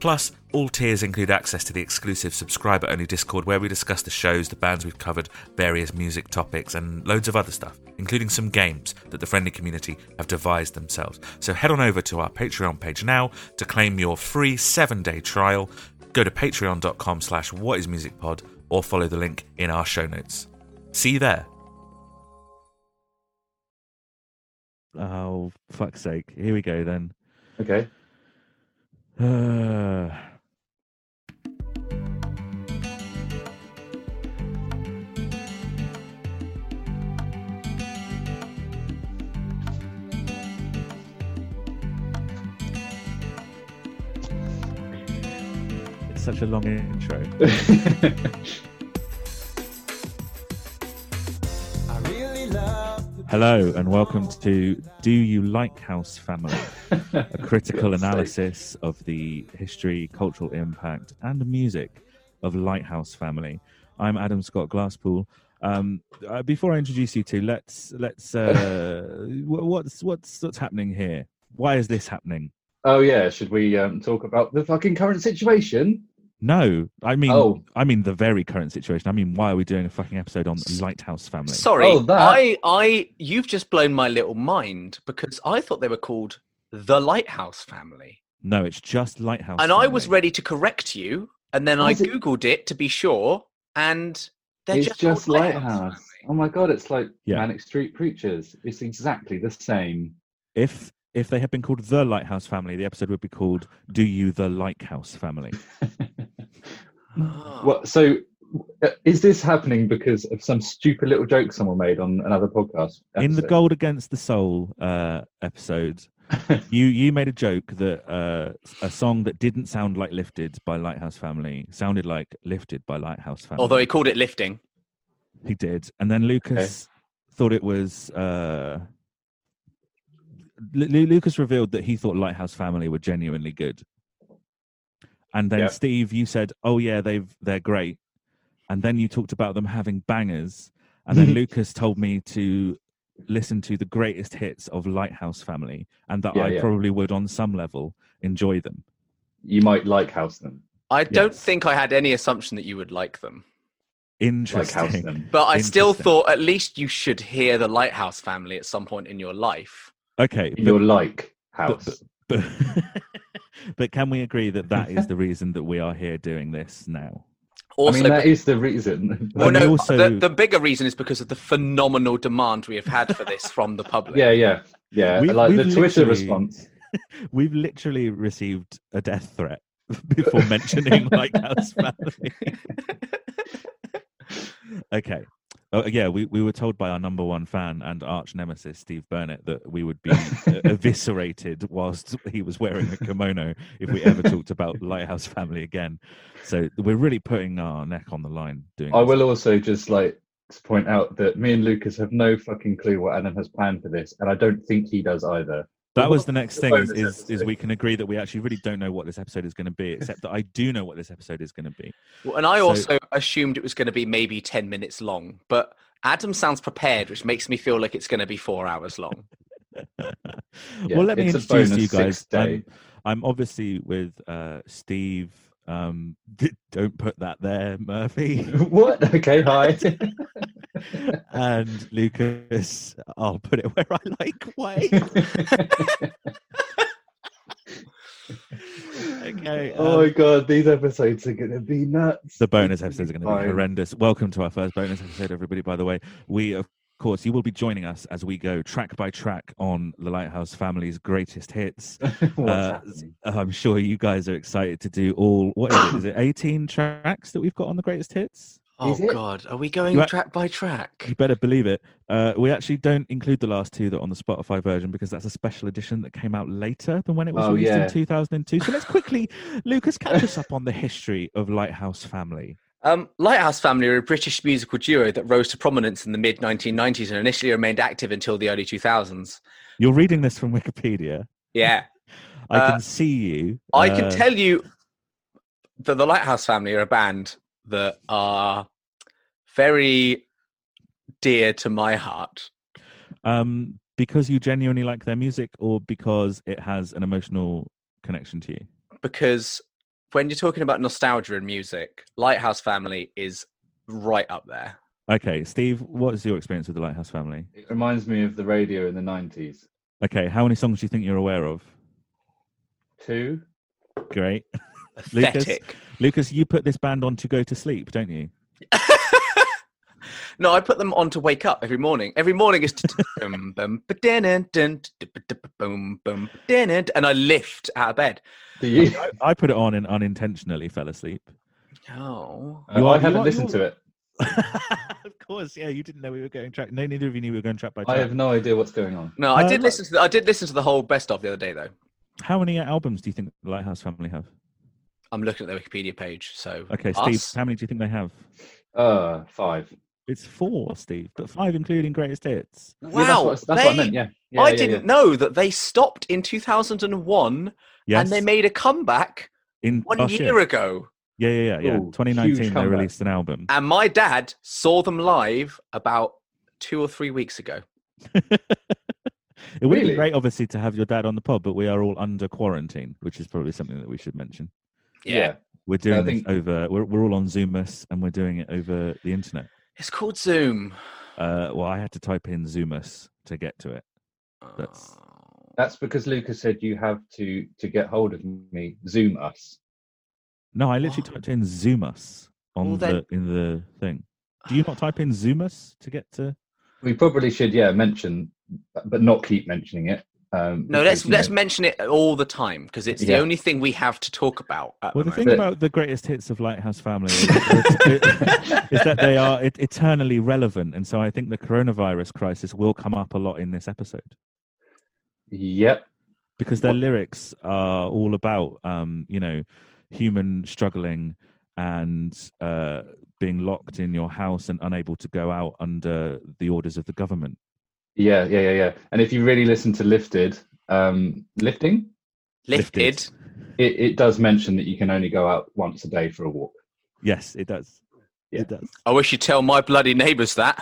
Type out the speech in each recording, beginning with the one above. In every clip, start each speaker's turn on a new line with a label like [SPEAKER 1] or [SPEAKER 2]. [SPEAKER 1] Plus, all tiers include access to the exclusive subscriber only Discord where we discuss the shows, the bands we've covered, various music topics, and loads of other stuff, including some games that the friendly community have devised themselves. So head on over to our Patreon page now to claim your free seven day trial. Go to patreon.com slash whatismusicpod or follow the link in our show notes. See you there.
[SPEAKER 2] Oh, fuck's sake. Here we go then.
[SPEAKER 3] Okay.
[SPEAKER 2] Uh, it's such a long intro. Hello and welcome to Do You Like House Family? a critical
[SPEAKER 3] God's sake.
[SPEAKER 2] analysis of the history, cultural impact, and music of Lighthouse Family. I'm Adam Scott Glasspool. Um, uh, before I introduce you two, let's let's uh, wh- what's what's what's happening here? Why is this happening?
[SPEAKER 3] oh yeah, should we um, talk about the fucking current situation?
[SPEAKER 2] No, I mean
[SPEAKER 3] Oh.
[SPEAKER 2] I mean the very current situation. I mean, why are we doing a fucking episode on Lighthouse Family?
[SPEAKER 4] Sorry,
[SPEAKER 3] Oh, that-
[SPEAKER 4] I, I, you've just blown my little mind because I thought they were called the Lighthouse Family,
[SPEAKER 2] no, it's just Lighthouse.
[SPEAKER 4] and I was
[SPEAKER 2] Family.
[SPEAKER 4] ready to correct you, and then
[SPEAKER 3] What
[SPEAKER 4] I
[SPEAKER 3] is it?
[SPEAKER 4] googled it to be sure, and they're
[SPEAKER 3] it's
[SPEAKER 4] just,
[SPEAKER 3] just,
[SPEAKER 4] called
[SPEAKER 3] Lighthouse.
[SPEAKER 4] Family.
[SPEAKER 3] Oh my god, it's like
[SPEAKER 2] Yeah.
[SPEAKER 3] Manic Street Preachers. It's exactly the same.
[SPEAKER 2] if if they had been called the Lighthouse Family, the episode would be called "Do You the Lighthouse Family."
[SPEAKER 4] Ah.
[SPEAKER 3] Well, so uh, is this happening because of some stupid little joke someone made on another podcast?
[SPEAKER 2] in the
[SPEAKER 3] episode?
[SPEAKER 2] gold against the soul uh episode you you made a joke that uh a song that didn't sound like lifted by lighthouse family sounded like lifted by lighthouse family
[SPEAKER 4] although he called it lifting.
[SPEAKER 2] he did and then lucas thought it was uh Lu- Lu- lucas revealed that he thought lighthouse family were genuinely good and then
[SPEAKER 3] Yeah.
[SPEAKER 2] steve you said oh yeah they've they're great and then you talked about them having bangers and then lucas told me to listen to the greatest hits of lighthouse family and that
[SPEAKER 3] Yeah,
[SPEAKER 2] i
[SPEAKER 3] yeah.
[SPEAKER 2] probably would on some level enjoy them
[SPEAKER 3] you might like house them.
[SPEAKER 4] I don't
[SPEAKER 2] Yes.
[SPEAKER 4] think I had any assumption that you would like them,
[SPEAKER 3] Like
[SPEAKER 2] interesting
[SPEAKER 3] house them.
[SPEAKER 4] but I still
[SPEAKER 2] Interesting.
[SPEAKER 4] thought at least you should hear the Lighthouse Family at some point in your life.
[SPEAKER 2] okay
[SPEAKER 3] You'll like house.
[SPEAKER 2] but, but, but can we agree that that is the reason that we are here doing this now
[SPEAKER 4] Also,
[SPEAKER 3] I mean, that is the reason.
[SPEAKER 4] Well,
[SPEAKER 2] But we
[SPEAKER 4] no,
[SPEAKER 2] also-
[SPEAKER 4] the, the bigger reason is because of the phenomenal demand we have had for this from the public.
[SPEAKER 3] yeah, yeah, yeah.
[SPEAKER 2] We-
[SPEAKER 3] Uh, like the
[SPEAKER 2] we've
[SPEAKER 3] Twitter
[SPEAKER 2] literally-
[SPEAKER 3] response.
[SPEAKER 2] We've literally received a death threat before mentioning Lighthouse Family. okay. Oh, yeah, we, we were told by our number one fan and arch nemesis, Steve Burnett, that we would be uh, eviscerated whilst he was wearing a kimono if we ever talked about Lighthouse Family again. So we're really putting our neck on the line doing
[SPEAKER 3] I
[SPEAKER 2] this.
[SPEAKER 3] will also just like to point out that me and Lucas have no fucking clue what Adam has planned for this, and I don't think he does either.
[SPEAKER 2] That was the
[SPEAKER 3] What
[SPEAKER 2] next
[SPEAKER 3] the
[SPEAKER 2] thing is,
[SPEAKER 3] bonus
[SPEAKER 2] is, is
[SPEAKER 3] episode?
[SPEAKER 2] we can agree that we actually really don't know what this episode is going to be, except that I do know what this episode is going to be.
[SPEAKER 4] Well, And I
[SPEAKER 2] So-
[SPEAKER 4] also assumed it was going to be maybe 10 minutes long, but Adam sounds prepared, which makes me feel like it's going to be four hours long.
[SPEAKER 3] Yeah,
[SPEAKER 2] well, let me
[SPEAKER 3] it's a
[SPEAKER 2] introduce
[SPEAKER 3] bonus
[SPEAKER 2] you guys.
[SPEAKER 3] sixth day.
[SPEAKER 2] I'm, I'm obviously with uh, Steve. Um, d- don't put that there, Murphy,
[SPEAKER 3] what? Okay, hi.
[SPEAKER 2] and Lucas. I'll put it where I like. Way. Okay,
[SPEAKER 3] oh my
[SPEAKER 2] um,
[SPEAKER 3] god, these episodes are gonna be nuts.
[SPEAKER 2] The bonus episodes are going to be
[SPEAKER 3] Fine.
[SPEAKER 2] horrendous. Welcome to our first bonus episode, everybody. By the way, we of course you will be joining us as we go track by track on the Lighthouse family's greatest hits.
[SPEAKER 3] What's
[SPEAKER 2] Uh,
[SPEAKER 3] happening?
[SPEAKER 2] I'm sure you guys are excited to do all what is it? Is it 18 tracks that we've got on the greatest hits?
[SPEAKER 4] Oh
[SPEAKER 3] Is it?
[SPEAKER 4] God, are we going
[SPEAKER 2] You a-
[SPEAKER 4] track by track?
[SPEAKER 2] You better believe it. Uh, we actually don't include the last two that are on the Spotify version because that's a special edition that came out later than when it was
[SPEAKER 3] Oh,
[SPEAKER 2] released
[SPEAKER 3] yeah.
[SPEAKER 2] in 2002. So let's quickly, Lucas, catch us up on the history of Lighthouse Family.
[SPEAKER 4] Um, Lighthouse Family are a British musical duo that rose to prominence in the mid 1990s and initially remained active until the early 2000s.
[SPEAKER 2] You're reading this from Wikipedia.
[SPEAKER 4] Yeah,
[SPEAKER 2] I
[SPEAKER 4] Uh,
[SPEAKER 2] can see you.
[SPEAKER 4] I can
[SPEAKER 2] uh,
[SPEAKER 4] tell you that the Lighthouse Family are a band that are very dear to my heart.
[SPEAKER 2] Um, because you genuinely like their music, or because it has an emotional connection to you.
[SPEAKER 4] because when you're talking about nostalgia in music, Lighthouse Family is right up there.
[SPEAKER 2] Okay, Steve, what is your experience with the Lighthouse Family?
[SPEAKER 3] It reminds me of the radio in the nineties.
[SPEAKER 2] Okay, how many songs do you think you're aware of?
[SPEAKER 3] Two.
[SPEAKER 2] Great, Lucas?
[SPEAKER 4] Pathetic.
[SPEAKER 2] Lucas, you put this band on to go to sleep, don't you?
[SPEAKER 4] no, I put them on to wake up every morning. Every morning is boom, boom, ba-dun, dun, da-ba-da-ba, boom, boom, ba-dun, and I lift out of bed.
[SPEAKER 3] Do you?
[SPEAKER 2] I, I put it on and unintentionally fell asleep.
[SPEAKER 4] Oh,
[SPEAKER 3] Uh,
[SPEAKER 2] You
[SPEAKER 3] I
[SPEAKER 2] are- you
[SPEAKER 3] haven't
[SPEAKER 2] are-
[SPEAKER 3] listened
[SPEAKER 2] you
[SPEAKER 3] to it.
[SPEAKER 2] of course, yeah, you didn't know we were going track. No, neither of you knew we were going track by
[SPEAKER 3] I
[SPEAKER 2] track.
[SPEAKER 3] have no idea what's going on.
[SPEAKER 4] no, I
[SPEAKER 2] Uh,
[SPEAKER 4] did listen to the, I did listen to the whole best of the other day though.
[SPEAKER 2] How many albums do you think the Lighthouse Family have?
[SPEAKER 4] I'm looking at the Wikipedia page, so
[SPEAKER 2] Okay, Steve,
[SPEAKER 4] us-
[SPEAKER 2] how many do you think they have?
[SPEAKER 3] Uh, five.
[SPEAKER 2] It's four, Steve, but five including greatest hits.
[SPEAKER 4] wow,
[SPEAKER 3] Yeah, that's what, that's what I
[SPEAKER 4] they-
[SPEAKER 3] meant. Yeah. Yeah,
[SPEAKER 4] I
[SPEAKER 3] yeah,
[SPEAKER 4] didn't know that they stopped in 2001
[SPEAKER 2] Yes.
[SPEAKER 4] and they made a comeback
[SPEAKER 2] in
[SPEAKER 4] one
[SPEAKER 2] oh, shit.
[SPEAKER 4] year ago.
[SPEAKER 2] Yeah, yeah, yeah, yeah.
[SPEAKER 3] Ooh,
[SPEAKER 2] 2019,
[SPEAKER 3] huge
[SPEAKER 2] they
[SPEAKER 3] comeback.
[SPEAKER 2] released an album.
[SPEAKER 4] And my dad saw them live about two or three weeks ago.
[SPEAKER 2] It would have
[SPEAKER 3] Really?
[SPEAKER 2] be great, obviously, to have your dad on the pod, but we are all under quarantine, which is probably something that we should mention.
[SPEAKER 3] Yeah.
[SPEAKER 2] We're doing
[SPEAKER 3] think-
[SPEAKER 2] this over. We're, we're all on Zoomus, and we're doing it over the internet.
[SPEAKER 4] It's called Zoom.
[SPEAKER 2] Uh, well, I had to type in Zoomus to get to it. That's-
[SPEAKER 4] Oh.
[SPEAKER 3] That's because Lucas said you have to to get hold of me. Zoom us.
[SPEAKER 2] No, I literally
[SPEAKER 4] What?
[SPEAKER 2] typed in Zoomus on
[SPEAKER 4] Well, then-
[SPEAKER 2] the in the thing. Do you not type in Zoomus to get to?
[SPEAKER 3] We probably should, yeah, mention, but not keep mentioning it. Um,
[SPEAKER 4] No,
[SPEAKER 3] because,
[SPEAKER 4] let's
[SPEAKER 3] you know,
[SPEAKER 4] let's mention it all the time because it's
[SPEAKER 3] Yeah.
[SPEAKER 4] the only thing we have to talk about. At
[SPEAKER 2] Well, the
[SPEAKER 4] the
[SPEAKER 2] thing
[SPEAKER 4] moment.
[SPEAKER 3] But-
[SPEAKER 2] about the greatest hits of Lighthouse Family is, is that they are et- eternally relevant, and so I think the coronavirus crisis will come up a lot in this episode
[SPEAKER 3] Yep.
[SPEAKER 2] because their lyrics are all about, um, you know, human struggling and uh, being locked in your house and unable to go out under the orders of the government.
[SPEAKER 3] Yeah, yeah, yeah, yeah. And if you really listen to Lifted, um, lifting,
[SPEAKER 4] lifted.
[SPEAKER 3] it, it does mention that you can only go out once a day for a walk.
[SPEAKER 2] Yes, it does.
[SPEAKER 3] Yeah.
[SPEAKER 2] It does.
[SPEAKER 4] I wish you'd tell my bloody neighbours that.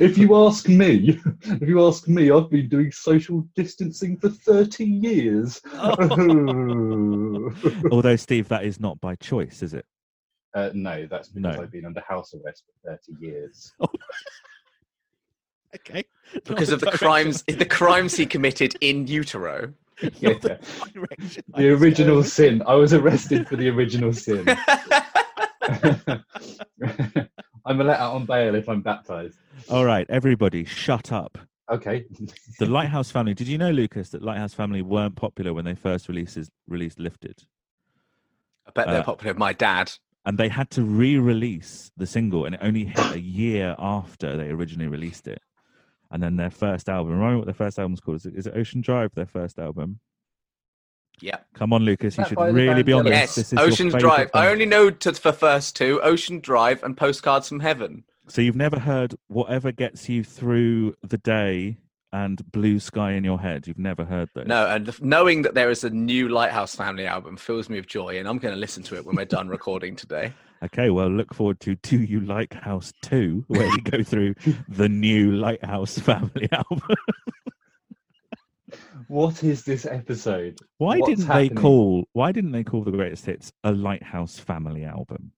[SPEAKER 3] if you ask me, if you ask me, I've been doing social distancing for 30 years. Uh,
[SPEAKER 2] Although, Steve, that is not by choice, is it?
[SPEAKER 3] Uh, no, that's because
[SPEAKER 2] No.
[SPEAKER 3] I've been under house arrest for 30 years.
[SPEAKER 2] Okay.
[SPEAKER 4] because of the crimes, the crimes he committed in utero.
[SPEAKER 3] Yeah.
[SPEAKER 2] the,
[SPEAKER 3] The original sin. I was arrested for the original sin. I'm let out on bail if I'm baptized.
[SPEAKER 2] All right, everybody, shut up.
[SPEAKER 3] Okay.
[SPEAKER 2] The Lighthouse Family. Did you know, Lucas, that Lighthouse Family weren't popular when they first releases, released Lifted?
[SPEAKER 4] I bet they're
[SPEAKER 2] Uh,
[SPEAKER 4] popular. with My dad.
[SPEAKER 2] And they had to re release the single, and it only hit a year after they originally released it. And then their first album, remember what their first album's called? Is it, is it Ocean Drive, their first album?
[SPEAKER 4] Yep.
[SPEAKER 2] Come on, Lucas, you
[SPEAKER 3] That
[SPEAKER 2] should
[SPEAKER 3] by the
[SPEAKER 2] really
[SPEAKER 3] band
[SPEAKER 2] be on this.
[SPEAKER 4] Yes,
[SPEAKER 2] this. is your
[SPEAKER 4] Ocean's
[SPEAKER 2] favourite
[SPEAKER 4] Drive. I
[SPEAKER 2] band.
[SPEAKER 4] only know to the first two: Ocean Drive and Postcards from Heaven.
[SPEAKER 2] So you've never heard whatever gets you through the day and blue sky in your head. You've never heard those.
[SPEAKER 4] No, and the- knowing that there is a new Lighthouse Family album fills me with joy, and I'm going to listen to it when we're done recording today.
[SPEAKER 2] Okay, well, look forward to Do You Like House 2, where we go through the new Lighthouse family album.
[SPEAKER 3] What is this episode?
[SPEAKER 2] Why
[SPEAKER 3] What's
[SPEAKER 2] didn't
[SPEAKER 3] happening?
[SPEAKER 2] they call why didn't they call the greatest hits a Lighthouse family album?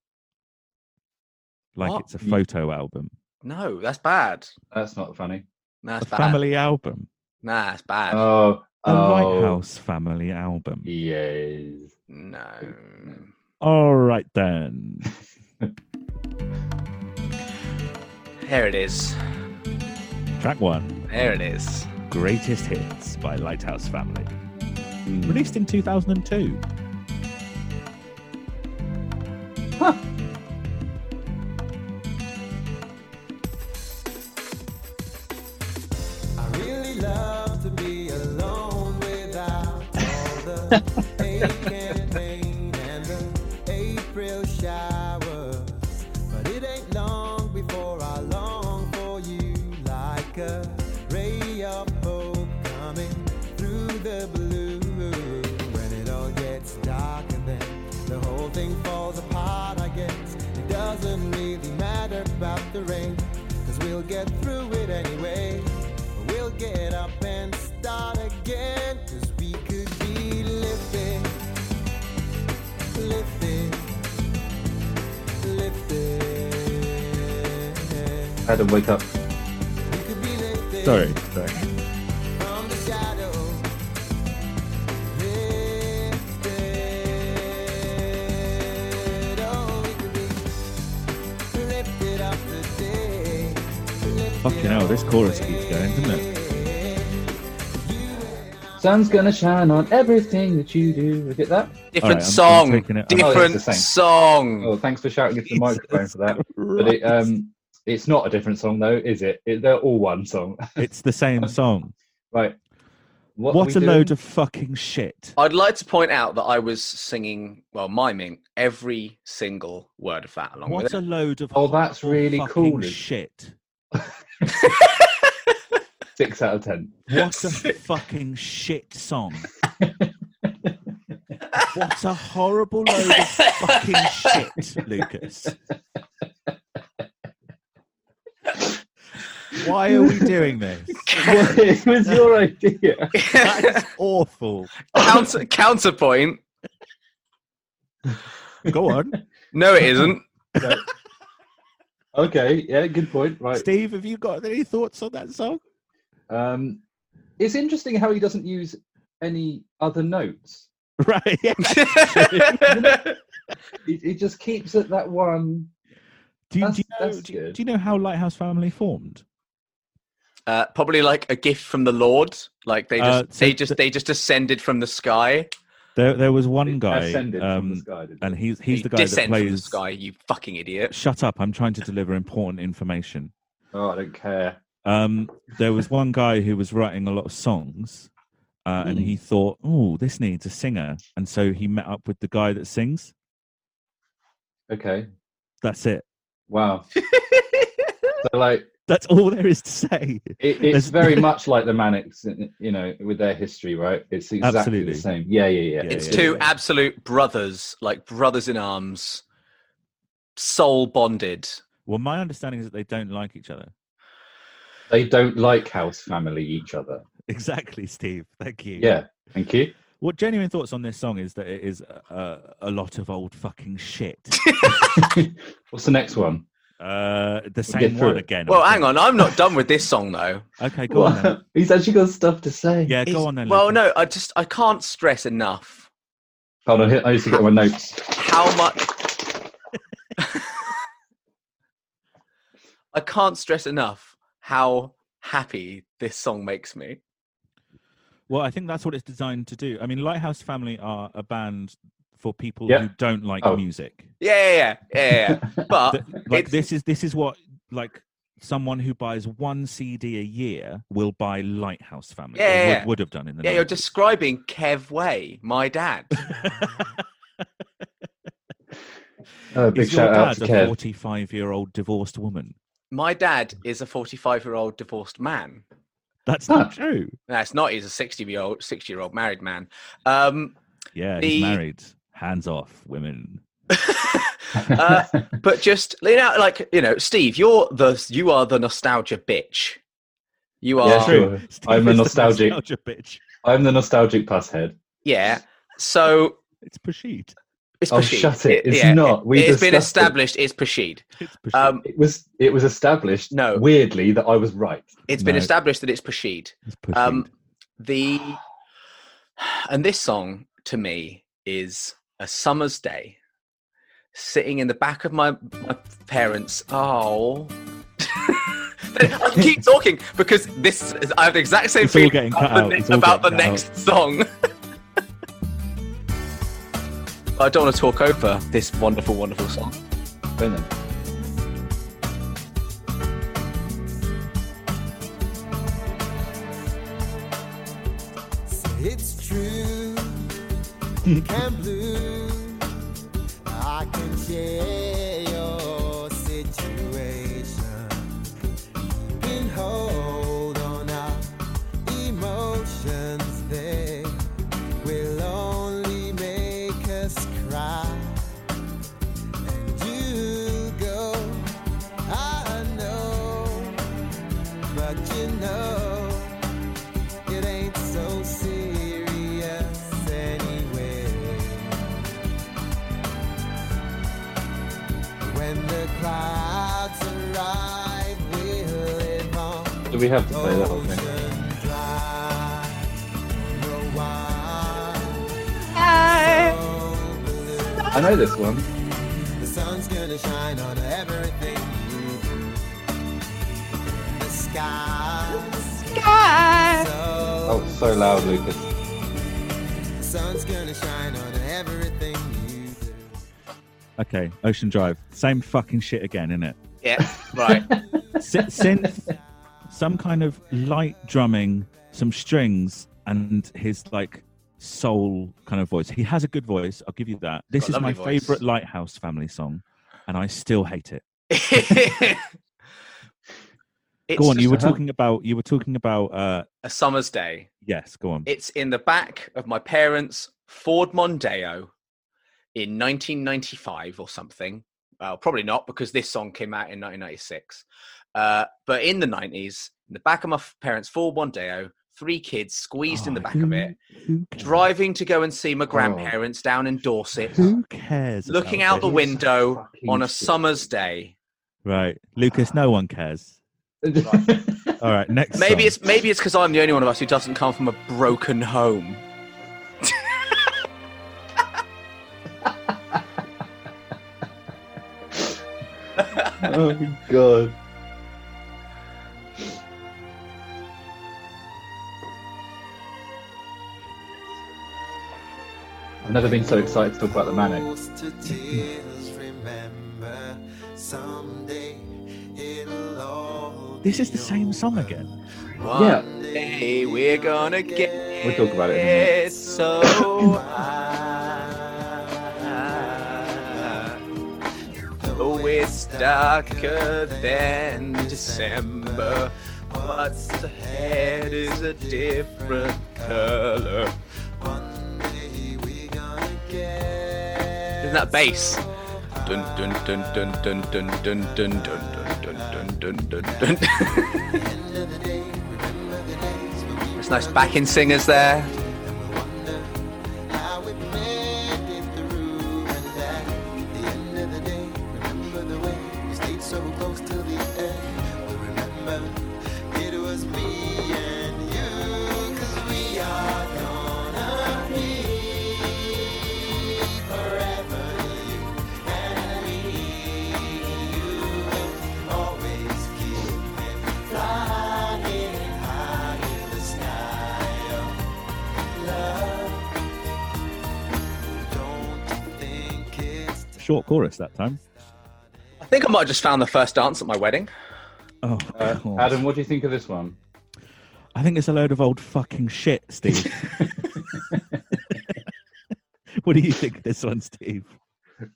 [SPEAKER 2] Like
[SPEAKER 4] What?
[SPEAKER 2] it's a photo album.
[SPEAKER 4] No, that's bad.
[SPEAKER 3] That's not funny.
[SPEAKER 4] Nah, that's
[SPEAKER 2] a
[SPEAKER 4] bad.
[SPEAKER 2] family Uh, album.
[SPEAKER 4] Nah, it's bad.
[SPEAKER 3] Oh,
[SPEAKER 2] A
[SPEAKER 3] oh,
[SPEAKER 2] Lighthouse family album.
[SPEAKER 3] Yes.
[SPEAKER 4] no.
[SPEAKER 2] All right then.
[SPEAKER 4] Here it is.
[SPEAKER 2] Track one
[SPEAKER 4] There it is.
[SPEAKER 2] Greatest Hits by Lighthouse Family.
[SPEAKER 3] Hmm.
[SPEAKER 2] Released in 2002.
[SPEAKER 5] I really love to be alone without all the ache and pain and the April showers. But it ain't long before I long for you like a ray of hope coming through the blue. When it all gets dark and then the whole thing falls apart, I guess it doesn't really matter about the rain. Cause we'll get through it anyway. We'll get up and start again. Cause we could be living, living, living.
[SPEAKER 3] Adam, wake up.
[SPEAKER 5] We could be living
[SPEAKER 2] Sorry, sorry.
[SPEAKER 5] from the shadow. Lifted, oh, we could be lifted up today. Lifted
[SPEAKER 2] Fucking hell, this chorus keeps going, doesn't it?
[SPEAKER 3] Sun's gonna shine on everything that you do. Look at that.
[SPEAKER 2] All right,
[SPEAKER 4] Different
[SPEAKER 2] I'm- I'm
[SPEAKER 4] song.
[SPEAKER 2] taking it-
[SPEAKER 3] Oh, it's
[SPEAKER 4] Different
[SPEAKER 3] the same.
[SPEAKER 4] song.
[SPEAKER 3] Oh, thanks for shouting into the microphone for that. But
[SPEAKER 2] Right.
[SPEAKER 3] it, um, it's not a different song though, is it? it they're all one song,
[SPEAKER 2] it's the same song.
[SPEAKER 3] right? What,
[SPEAKER 2] What,
[SPEAKER 3] are
[SPEAKER 2] a
[SPEAKER 3] we
[SPEAKER 2] load
[SPEAKER 3] doing?
[SPEAKER 2] of fucking shit.
[SPEAKER 4] I'd like to point out that I was singing, well, miming every single word of that along
[SPEAKER 2] What
[SPEAKER 4] with
[SPEAKER 2] a
[SPEAKER 4] it.
[SPEAKER 2] load of
[SPEAKER 3] Oh, that's
[SPEAKER 2] horrible
[SPEAKER 3] really
[SPEAKER 2] fucking
[SPEAKER 3] cool.
[SPEAKER 2] shit.
[SPEAKER 3] six out of ten.
[SPEAKER 2] What a fucking shit song. what a horrible load of fucking shit, Lucas. Why are we doing this?
[SPEAKER 3] it was your idea.
[SPEAKER 2] That is awful.
[SPEAKER 4] Counter- counterpoint.
[SPEAKER 2] Go on.
[SPEAKER 4] No, it isn't.
[SPEAKER 3] Okay, yeah, good point. Right.
[SPEAKER 2] Steve, have you got any thoughts on that song?
[SPEAKER 3] Um, it's interesting how he doesn't use any other notes.
[SPEAKER 2] Right. Yeah.
[SPEAKER 3] He, he just keeps at that one.
[SPEAKER 2] Do, you, do,
[SPEAKER 3] That's-
[SPEAKER 2] you know,
[SPEAKER 3] that's
[SPEAKER 2] do, you-
[SPEAKER 3] good.
[SPEAKER 2] do you know how Lighthouse Family formed?
[SPEAKER 4] uh, probably like a gift from the Lord. Like they just,
[SPEAKER 2] Uh, so
[SPEAKER 4] they
[SPEAKER 2] the-
[SPEAKER 4] just, they just descended from the sky.
[SPEAKER 2] There, there was one guy,
[SPEAKER 3] ascended from the
[SPEAKER 2] um,
[SPEAKER 3] sky, didn't he?
[SPEAKER 2] and he's
[SPEAKER 4] They
[SPEAKER 2] he's the guy that
[SPEAKER 4] descend from the
[SPEAKER 2] plays.
[SPEAKER 4] sky. You fucking idiot.
[SPEAKER 2] Shut up! I'm trying to deliver important information.
[SPEAKER 3] Oh, I don't care.
[SPEAKER 2] um, there was one guy who was writing a lot of songs, uh, and
[SPEAKER 3] Mm.
[SPEAKER 2] he thought, "Oh, this needs a singer," and so he met up with the guy that sings.
[SPEAKER 3] Okay.
[SPEAKER 2] That's it.
[SPEAKER 3] Wow. so like
[SPEAKER 2] That's all there is to say.
[SPEAKER 3] it, it's
[SPEAKER 2] There's-
[SPEAKER 3] very much like the Manics, you know, with their history, right? It's exactly
[SPEAKER 2] Absolutely.
[SPEAKER 3] the same. Yeah, yeah, yeah.
[SPEAKER 2] Yeah,
[SPEAKER 4] It's
[SPEAKER 2] yeah,
[SPEAKER 4] two
[SPEAKER 2] yeah.
[SPEAKER 4] absolute brothers, like brothers in arms, soul bonded.
[SPEAKER 2] Well, my understanding is that they don't like each other.
[SPEAKER 3] They don't like house family each other.
[SPEAKER 2] Exactly, Steve. Thank you.
[SPEAKER 3] Yeah. Thank you.
[SPEAKER 2] What genuine thoughts on this song is that it is uh, a lot of old fucking shit.
[SPEAKER 3] What's the next one?
[SPEAKER 2] uh, the
[SPEAKER 3] get
[SPEAKER 2] same
[SPEAKER 3] through
[SPEAKER 2] one
[SPEAKER 3] it.
[SPEAKER 2] again. I
[SPEAKER 4] Well,
[SPEAKER 2] think.
[SPEAKER 4] hang on, I'm not done with this song though.
[SPEAKER 2] Okay, go on. Then.
[SPEAKER 3] He's actually got stuff to say.
[SPEAKER 2] Yeah, go on then.
[SPEAKER 4] Well,
[SPEAKER 2] Lucas.
[SPEAKER 4] no, I just I can't stress enough
[SPEAKER 3] Hold on. here- I used to get my notes.
[SPEAKER 4] how much I can't stress enough how happy this song makes me.
[SPEAKER 2] Well, I think that's what it's designed to do. I mean, Lighthouse Family are a band for people
[SPEAKER 3] Yeah.
[SPEAKER 2] who don't like
[SPEAKER 3] Oh.
[SPEAKER 2] music.
[SPEAKER 4] Yeah, yeah, yeah, yeah. yeah. But
[SPEAKER 2] Th- like
[SPEAKER 4] Uh, it's-
[SPEAKER 2] this is this is what like someone who buys one CD a year will buy Lighthouse Family. or
[SPEAKER 4] Yeah, yeah, yeah.
[SPEAKER 2] would, would have done in the
[SPEAKER 4] yeah, you're
[SPEAKER 2] 90s.
[SPEAKER 4] describing Kev Way, my dad.
[SPEAKER 3] Uh, big
[SPEAKER 2] Is your
[SPEAKER 3] shout out
[SPEAKER 2] dad
[SPEAKER 3] to
[SPEAKER 2] a
[SPEAKER 3] Kev.
[SPEAKER 2] 45 year old divorced woman?
[SPEAKER 4] My dad is a 45 year old divorced man.
[SPEAKER 2] That's
[SPEAKER 3] Huh.
[SPEAKER 2] not true.
[SPEAKER 4] No, it's not. He's a 60 year old, 60 year old married man. Um,
[SPEAKER 2] Yeah,
[SPEAKER 4] The-
[SPEAKER 2] he's married. Hands off, women.
[SPEAKER 4] Uh, but just you know, like you know, Steve, you're the you are the nostalgia bitch. You are,
[SPEAKER 3] Yeah,
[SPEAKER 4] yeah.
[SPEAKER 3] sure. I'm a
[SPEAKER 2] is the
[SPEAKER 3] nostalgic-
[SPEAKER 2] nostalgia bitch.
[SPEAKER 3] I'm the nostalgic pass head.
[SPEAKER 4] So
[SPEAKER 2] It's Pashid.
[SPEAKER 4] it's
[SPEAKER 3] Oh,
[SPEAKER 4] Pashid.
[SPEAKER 3] shut it. It's
[SPEAKER 4] yeah,
[SPEAKER 3] not. We
[SPEAKER 4] it's been
[SPEAKER 3] discussed it.
[SPEAKER 4] established. It's Pashid.
[SPEAKER 2] It's Pashid.
[SPEAKER 4] Um,
[SPEAKER 3] It was it was established
[SPEAKER 4] No.
[SPEAKER 3] weirdly that I was right.
[SPEAKER 4] It's been
[SPEAKER 2] No.
[SPEAKER 4] established that it's Pashid.
[SPEAKER 2] it's Pashid.
[SPEAKER 4] Um, the and this song to me is a summer's day, sitting in the back of my, my parents. Oh. I can keep talking because this is, I have the exact same
[SPEAKER 2] It's all
[SPEAKER 4] feeling
[SPEAKER 2] getting cut
[SPEAKER 4] about the,
[SPEAKER 2] out.
[SPEAKER 4] ne-
[SPEAKER 2] It's all
[SPEAKER 4] about the
[SPEAKER 2] getting cut
[SPEAKER 4] next song. I don't want to talk over this wonderful, wonderful song.
[SPEAKER 3] Don't know.
[SPEAKER 5] Say It's true. Can blue. I can share your situation. Can hold on our emotions. They will only make us cry. And you go. I know, but you know. It ain't so serious anyway. When the clouds arrive, we'll live on
[SPEAKER 3] Do we have to play the whole thing?
[SPEAKER 5] ocean drive. No wine, no blue.
[SPEAKER 3] I know this one.
[SPEAKER 5] The sun's gonna shine on everything you do. The sky's
[SPEAKER 3] Oh, so loud, Lucas.
[SPEAKER 5] The sun's gonna shine on everything you do.
[SPEAKER 2] okay, Ocean Drive. Same fucking shit again, isn't it?
[SPEAKER 4] Yeah, right.
[SPEAKER 2] synth, some kind of light drumming, some strings, and his like soul kind of voice. He has a good voice. I'll give you that. This
[SPEAKER 4] Got
[SPEAKER 2] is my
[SPEAKER 4] lovely voice.
[SPEAKER 2] favorite Lighthouse Family song, and I still hate it.
[SPEAKER 4] it's
[SPEAKER 2] go on.
[SPEAKER 4] just
[SPEAKER 2] You were
[SPEAKER 3] uh-huh.
[SPEAKER 2] talking about. You were talking about. uh
[SPEAKER 4] a summer's day.
[SPEAKER 2] Yes. Go on.
[SPEAKER 4] It's in the back of my parents' Ford Mondeo in 1995 or something. Well, probably not because this song came out in 1996. Uh, but in the 90s, in the back of my f- parents' Ford Mondeo, three kids squeezed in the
[SPEAKER 2] Oh,
[SPEAKER 4] back
[SPEAKER 2] who,
[SPEAKER 4] of it,
[SPEAKER 2] Who cares?
[SPEAKER 4] driving to go and see my grandparents down in Dorset,
[SPEAKER 2] Who cares?
[SPEAKER 4] looking
[SPEAKER 2] about
[SPEAKER 4] out the
[SPEAKER 2] this?
[SPEAKER 4] window
[SPEAKER 3] Fucking
[SPEAKER 4] on a
[SPEAKER 3] shit.
[SPEAKER 4] summer's day.
[SPEAKER 2] Right, Lucas. No one cares. All right. Next.
[SPEAKER 4] Maybe
[SPEAKER 2] song.
[SPEAKER 4] it's maybe it's because I'm the only one of us who doesn't come from a broken home.
[SPEAKER 3] oh my god. I've never been so excited to talk about the manic.
[SPEAKER 5] Close to tears, remember someday it'll all
[SPEAKER 2] This is
[SPEAKER 5] be
[SPEAKER 2] the same song
[SPEAKER 5] over.
[SPEAKER 2] again.
[SPEAKER 4] One day we're gonna get
[SPEAKER 3] We'll talk about it in a minute.
[SPEAKER 4] so high. Though it's darker than December, what's ahead is a different color.
[SPEAKER 5] One day we're gonna get
[SPEAKER 4] Isn't that bass? Dun dun dun dun dun dun dun dun dun dun dun dun dun dun.
[SPEAKER 5] end of the day, remember the days when we
[SPEAKER 4] It's nice backing singers there.
[SPEAKER 5] wonder how we made it through and that at the end of the day remember the way we stayed so close till the end we remember it was me and you 'cause we are gonna be forever you and me you will always keep me flying high in the sky oh love. Don't you think it's
[SPEAKER 2] Short chorus that time.
[SPEAKER 4] I think I might have just found the first dance at my wedding.
[SPEAKER 2] Oh,
[SPEAKER 3] Uh,
[SPEAKER 2] God.
[SPEAKER 3] Adam, what do you think of this one?
[SPEAKER 2] I think it's a load of old fucking shit, Steve. what do you think of this one, Steve?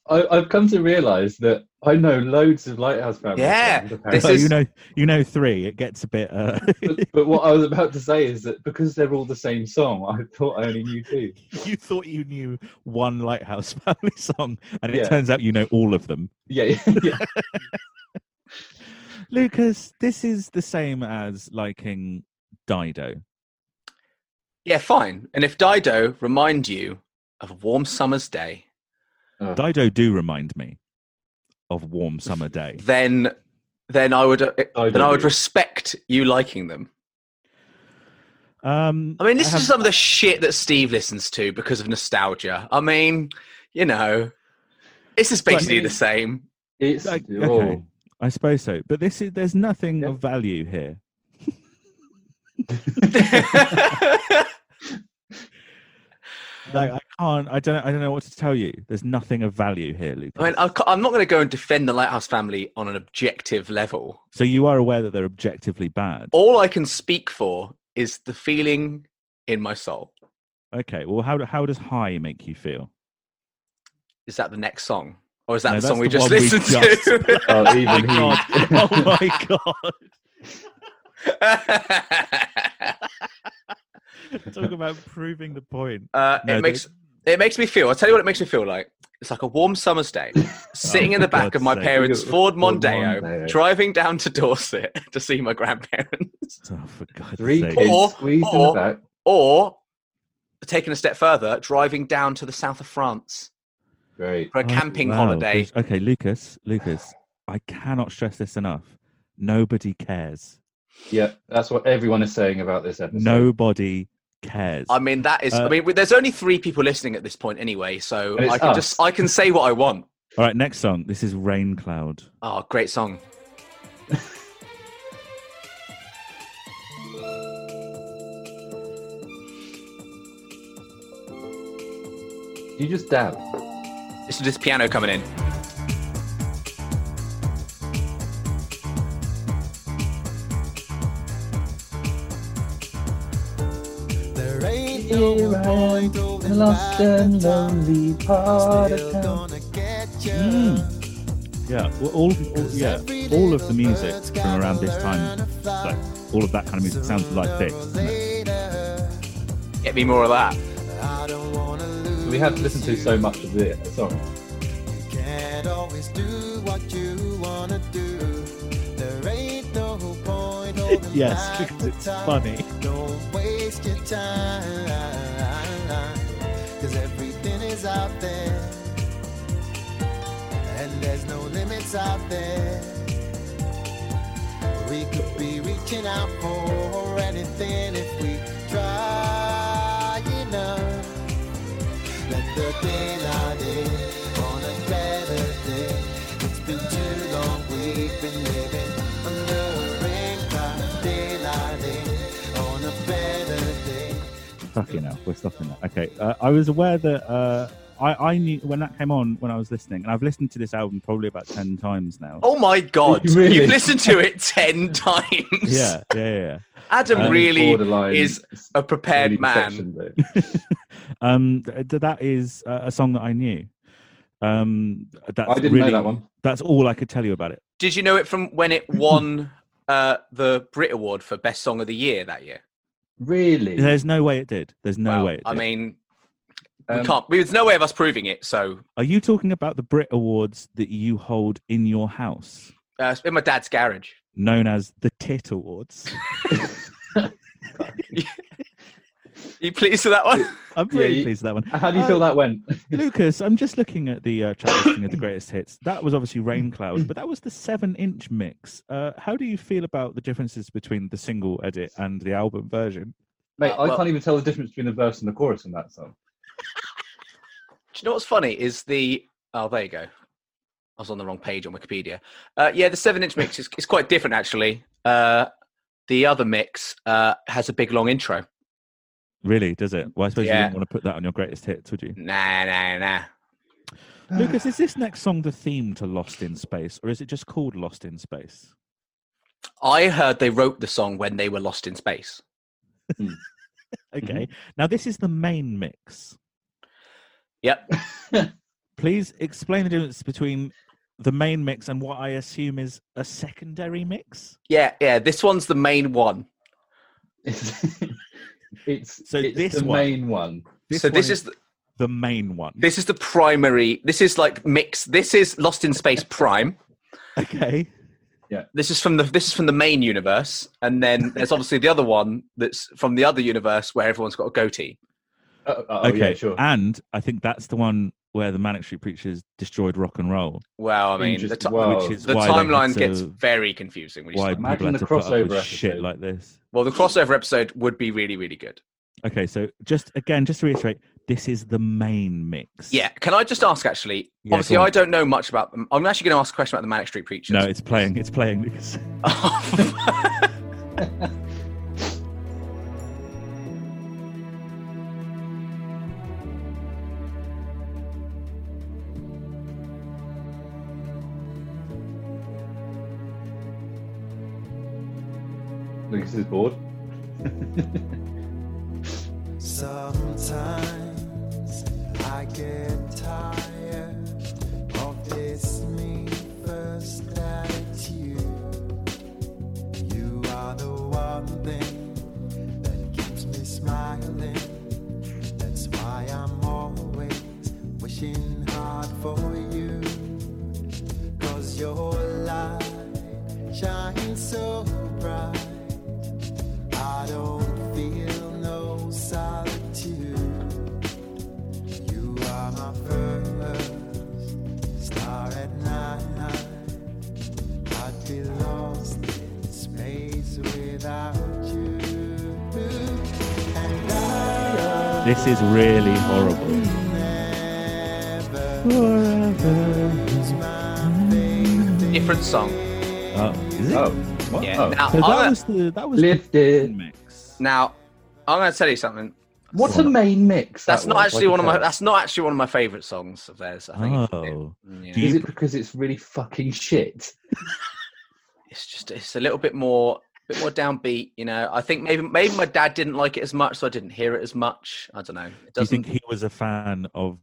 [SPEAKER 3] I, I've come to realise that I know loads of Lighthouse Family.
[SPEAKER 4] Yeah,
[SPEAKER 3] songs,
[SPEAKER 4] this
[SPEAKER 2] So
[SPEAKER 3] apparently.
[SPEAKER 4] is-
[SPEAKER 2] you know, you know three. It gets a bit. Uh,
[SPEAKER 3] But, but what I was about to say is that because they're all the same song, I thought I only knew two.
[SPEAKER 2] you thought you knew one Lighthouse Family song, and it
[SPEAKER 3] Yeah.
[SPEAKER 2] turns out you know all of them.
[SPEAKER 3] Yeah, yeah.
[SPEAKER 2] Lucas, this is the same as liking Dido.
[SPEAKER 4] Yeah, fine. And if Dido remind you of a warm summer's day,
[SPEAKER 2] Dido do remind me of Warm Summer Day.
[SPEAKER 4] then then I would uh,
[SPEAKER 3] Dido
[SPEAKER 4] then I would
[SPEAKER 3] do.
[SPEAKER 4] respect you liking them.
[SPEAKER 2] Um,
[SPEAKER 4] I mean, this
[SPEAKER 2] have-
[SPEAKER 4] is some of the shit that Steve listens to because of nostalgia. I mean, you know, this is
[SPEAKER 2] But-
[SPEAKER 4] basically the same.
[SPEAKER 3] It's
[SPEAKER 2] Like, okay.
[SPEAKER 3] oh,
[SPEAKER 2] I suppose so, but this is there's nothing
[SPEAKER 3] Yeah.
[SPEAKER 2] of value here. Like I can't, I don't, I don't know what to tell you. There's nothing of value here, Lucas.
[SPEAKER 4] I mean, I ca- I'm not going to go and defend the Lighthouse family on an objective level.
[SPEAKER 2] so you are aware that they're objectively bad.
[SPEAKER 4] All I can speak for is the feeling in my soul.
[SPEAKER 2] Okay, well, how do- how does high make you feel?
[SPEAKER 4] Is that the next song? Or is that the
[SPEAKER 2] No, that's
[SPEAKER 4] song we
[SPEAKER 2] the
[SPEAKER 4] just
[SPEAKER 2] one we
[SPEAKER 4] listened
[SPEAKER 2] just-
[SPEAKER 4] to?
[SPEAKER 3] oh,
[SPEAKER 2] My
[SPEAKER 3] even
[SPEAKER 2] God.
[SPEAKER 3] he.
[SPEAKER 2] oh my god!
[SPEAKER 4] Uh,
[SPEAKER 2] Talk about proving the point.
[SPEAKER 4] uh,
[SPEAKER 2] No,
[SPEAKER 4] it makes it makes me feel. I'll tell you what it makes me feel like. It's like a warm summer's day, sitting in
[SPEAKER 2] Oh, for
[SPEAKER 4] the back
[SPEAKER 2] God's
[SPEAKER 4] of my
[SPEAKER 2] sake.
[SPEAKER 4] parents'
[SPEAKER 3] Ford
[SPEAKER 4] Ford Mondeo,
[SPEAKER 3] Mondeo.
[SPEAKER 4] driving down to Dorset to see my grandparents,
[SPEAKER 2] Oh, for God's
[SPEAKER 3] Three
[SPEAKER 2] sake!
[SPEAKER 3] kids
[SPEAKER 4] Or-
[SPEAKER 3] squeezed in
[SPEAKER 4] or-
[SPEAKER 3] the back.
[SPEAKER 4] or taking a step further, driving down to the south of France
[SPEAKER 3] Great.
[SPEAKER 4] for a
[SPEAKER 2] Oh,
[SPEAKER 4] camping
[SPEAKER 2] wow,
[SPEAKER 4] holiday.
[SPEAKER 2] Lucas- Okay, Lucas, Lucas, I cannot stress this enough. Nobody cares.
[SPEAKER 3] Yeah, that's what everyone is saying about this episode.
[SPEAKER 2] Nobody cares.
[SPEAKER 4] I mean, that is.
[SPEAKER 2] Uh,
[SPEAKER 4] I mean, there's only three people listening at this point anyway, so
[SPEAKER 3] And it's
[SPEAKER 4] I can
[SPEAKER 3] us.
[SPEAKER 4] just I can say what I want.
[SPEAKER 2] All right, next song. This is Rain Cloud.
[SPEAKER 4] Oh, great song.
[SPEAKER 3] you just dab.
[SPEAKER 4] This is just piano coming in.
[SPEAKER 5] There ain't no point holding back the time. Still gonna get you.
[SPEAKER 2] Mm. Yeah, well, all, all yeah, all of the music from around this time, like all of that kind of music, sounds like this. doesn't it?
[SPEAKER 4] Get me more of that.
[SPEAKER 5] I don't wanna lose.
[SPEAKER 3] We have listened to so much of the song.
[SPEAKER 5] You can't always do what you wanna do. There ain't no point holding
[SPEAKER 2] Yes,
[SPEAKER 5] back
[SPEAKER 2] because
[SPEAKER 5] the
[SPEAKER 2] it's
[SPEAKER 5] time.
[SPEAKER 2] funny.
[SPEAKER 5] Don't waste your time. Cause everything is out there. And there's no limits out there. We could be reaching out for anything if we try enough. Let the daylight in on a better day. It's been too long, we've been living under a rain cloud. Daylight in on a better day.
[SPEAKER 2] Fucking hell, we're stopping that. Okay, uh, I was aware that uh, I, I knew when that came on when I was listening, and I've listened to this album probably about ten times now.
[SPEAKER 4] Oh my god!
[SPEAKER 3] Really?
[SPEAKER 4] You've listened to it ten times.
[SPEAKER 2] Yeah, yeah, yeah.
[SPEAKER 4] Adam
[SPEAKER 2] Um,
[SPEAKER 4] really
[SPEAKER 3] Borderline
[SPEAKER 4] is a prepared
[SPEAKER 3] early
[SPEAKER 4] man.
[SPEAKER 3] deception, though.
[SPEAKER 2] um, th- th- that is uh, a song that I knew. Um, that's
[SPEAKER 3] I didn't
[SPEAKER 2] really,
[SPEAKER 3] know that one.
[SPEAKER 2] That's all I could tell you about it.
[SPEAKER 4] Did you know it from when it won uh, the Brit Award for Best Song of the Year that year?
[SPEAKER 3] Really?
[SPEAKER 2] There's no way it did. There's no
[SPEAKER 4] Wow.
[SPEAKER 2] way. It
[SPEAKER 4] I
[SPEAKER 2] did.
[SPEAKER 4] mean, we
[SPEAKER 3] Um,
[SPEAKER 4] can't. we- There's no way of us proving it. So
[SPEAKER 2] Are you talking about the Brit Awards that you hold in your house,
[SPEAKER 4] uh, it's in my dad's garage.
[SPEAKER 2] known as the Tit Awards?
[SPEAKER 4] you pleased with that one?
[SPEAKER 2] I'm pretty
[SPEAKER 3] Yeah, you-
[SPEAKER 2] pleased with that one.
[SPEAKER 3] How do you feel that went?
[SPEAKER 4] Uh,
[SPEAKER 2] Lucas, I'm just looking at the uh, track listing of the greatest hits. That was obviously Rain Cloud, but that was the seven-inch mix. Uh, how do you feel about the differences between the single edit and the album version?
[SPEAKER 3] Mate,
[SPEAKER 4] Uh,
[SPEAKER 3] I
[SPEAKER 4] well-
[SPEAKER 3] can't even tell the difference between the verse and the chorus in that song.
[SPEAKER 4] Do you know what's funny is the oh there you go. I was on the wrong page on Wikipedia. Uh, yeah, the seven-inch mix is, is quite different actually. Uh, the other mix uh, has a big long intro.
[SPEAKER 2] Really, does it? Well, I suppose you
[SPEAKER 4] Yeah.
[SPEAKER 2] wouldn't want to put that on your greatest hits, would you?
[SPEAKER 4] Nah, nah, nah.
[SPEAKER 2] Lucas, is this next song the theme to Lost in Space, or is it just called Lost in Space?
[SPEAKER 4] I heard they wrote the song when they were lost in space. Mm-hmm.
[SPEAKER 2] Okay. Now this is the main mix.
[SPEAKER 4] Yep.
[SPEAKER 2] Please explain the difference between the main mix and what I assume is a secondary mix.
[SPEAKER 4] Yeah, yeah. This one's the main one.
[SPEAKER 3] It's it's,
[SPEAKER 2] So
[SPEAKER 3] it's
[SPEAKER 2] this
[SPEAKER 3] the
[SPEAKER 2] one-
[SPEAKER 3] main one.
[SPEAKER 4] so
[SPEAKER 2] one
[SPEAKER 4] this is the,
[SPEAKER 2] the main one.
[SPEAKER 4] this is the primary. This is like mix. This is Lost in Space Prime.
[SPEAKER 2] okay.
[SPEAKER 4] This is from the this is from the main universe, and then there's obviously the other one that's from the other universe where everyone's got a goatee.
[SPEAKER 3] Oh, oh,
[SPEAKER 2] okay.
[SPEAKER 3] yeah, sure.
[SPEAKER 2] And I think that's the one where the Manic Street Preachers destroyed rock and roll.
[SPEAKER 4] Well, I mean, the,
[SPEAKER 3] Interesting.
[SPEAKER 4] ti-
[SPEAKER 3] Wow.
[SPEAKER 2] which is
[SPEAKER 4] the
[SPEAKER 2] why they had
[SPEAKER 4] timeline
[SPEAKER 2] to-
[SPEAKER 4] gets very confusing. When you
[SPEAKER 2] why
[SPEAKER 4] start.
[SPEAKER 2] people
[SPEAKER 3] Imagine
[SPEAKER 2] had
[SPEAKER 3] the
[SPEAKER 2] to put up with
[SPEAKER 3] crossover
[SPEAKER 2] shit
[SPEAKER 3] episode.
[SPEAKER 2] like this.
[SPEAKER 4] Well, the crossover episode would be really, really good.
[SPEAKER 2] Okay, so just again, just to reiterate, this is the main mix.
[SPEAKER 4] Yeah. Can I just ask, actually?
[SPEAKER 2] Yeah,
[SPEAKER 4] obviously,
[SPEAKER 2] go on.
[SPEAKER 4] I don't know much about them. I'm actually going to ask a question about the Manic Street Preachers.
[SPEAKER 2] No, it's playing. It's playing. Lucas.
[SPEAKER 3] Lucas is bored.
[SPEAKER 5] Sometimes I get tired of this me first attitude. You are the one thing that keeps me smiling. That's why I'm always wishing hard for you. Cause your light shines so bright. I don't feel no solitude. You are my first star at night. I'd be lost in space without you. And I
[SPEAKER 2] This is really horrible.
[SPEAKER 5] never
[SPEAKER 2] Forever.
[SPEAKER 5] lose my faith.
[SPEAKER 4] Different song.
[SPEAKER 2] Oh, is it?
[SPEAKER 3] Oh, what?
[SPEAKER 4] Yeah.
[SPEAKER 3] Oh.
[SPEAKER 4] Now,
[SPEAKER 2] So
[SPEAKER 4] I'm
[SPEAKER 2] that
[SPEAKER 4] gonna-
[SPEAKER 2] was the that was the
[SPEAKER 3] Lifted.
[SPEAKER 2] mix.
[SPEAKER 4] now, I'm going to tell you something.
[SPEAKER 3] What's a main mix? that
[SPEAKER 4] That's not
[SPEAKER 3] was?
[SPEAKER 4] actually
[SPEAKER 3] Like
[SPEAKER 4] one of my.
[SPEAKER 3] a-
[SPEAKER 4] That's not actually one of my favorite songs of theirs. I think. mm,
[SPEAKER 2] Oh.
[SPEAKER 4] Yeah.
[SPEAKER 2] Do you-
[SPEAKER 3] Is it because it's really fucking shit?
[SPEAKER 4] It's just it's a little bit more, bit more downbeat. You know, I think maybe maybe my dad didn't like it as much, so I didn't hear it as much. I don't know. It
[SPEAKER 2] Do you
[SPEAKER 4] doesn't.
[SPEAKER 2] think he was a fan of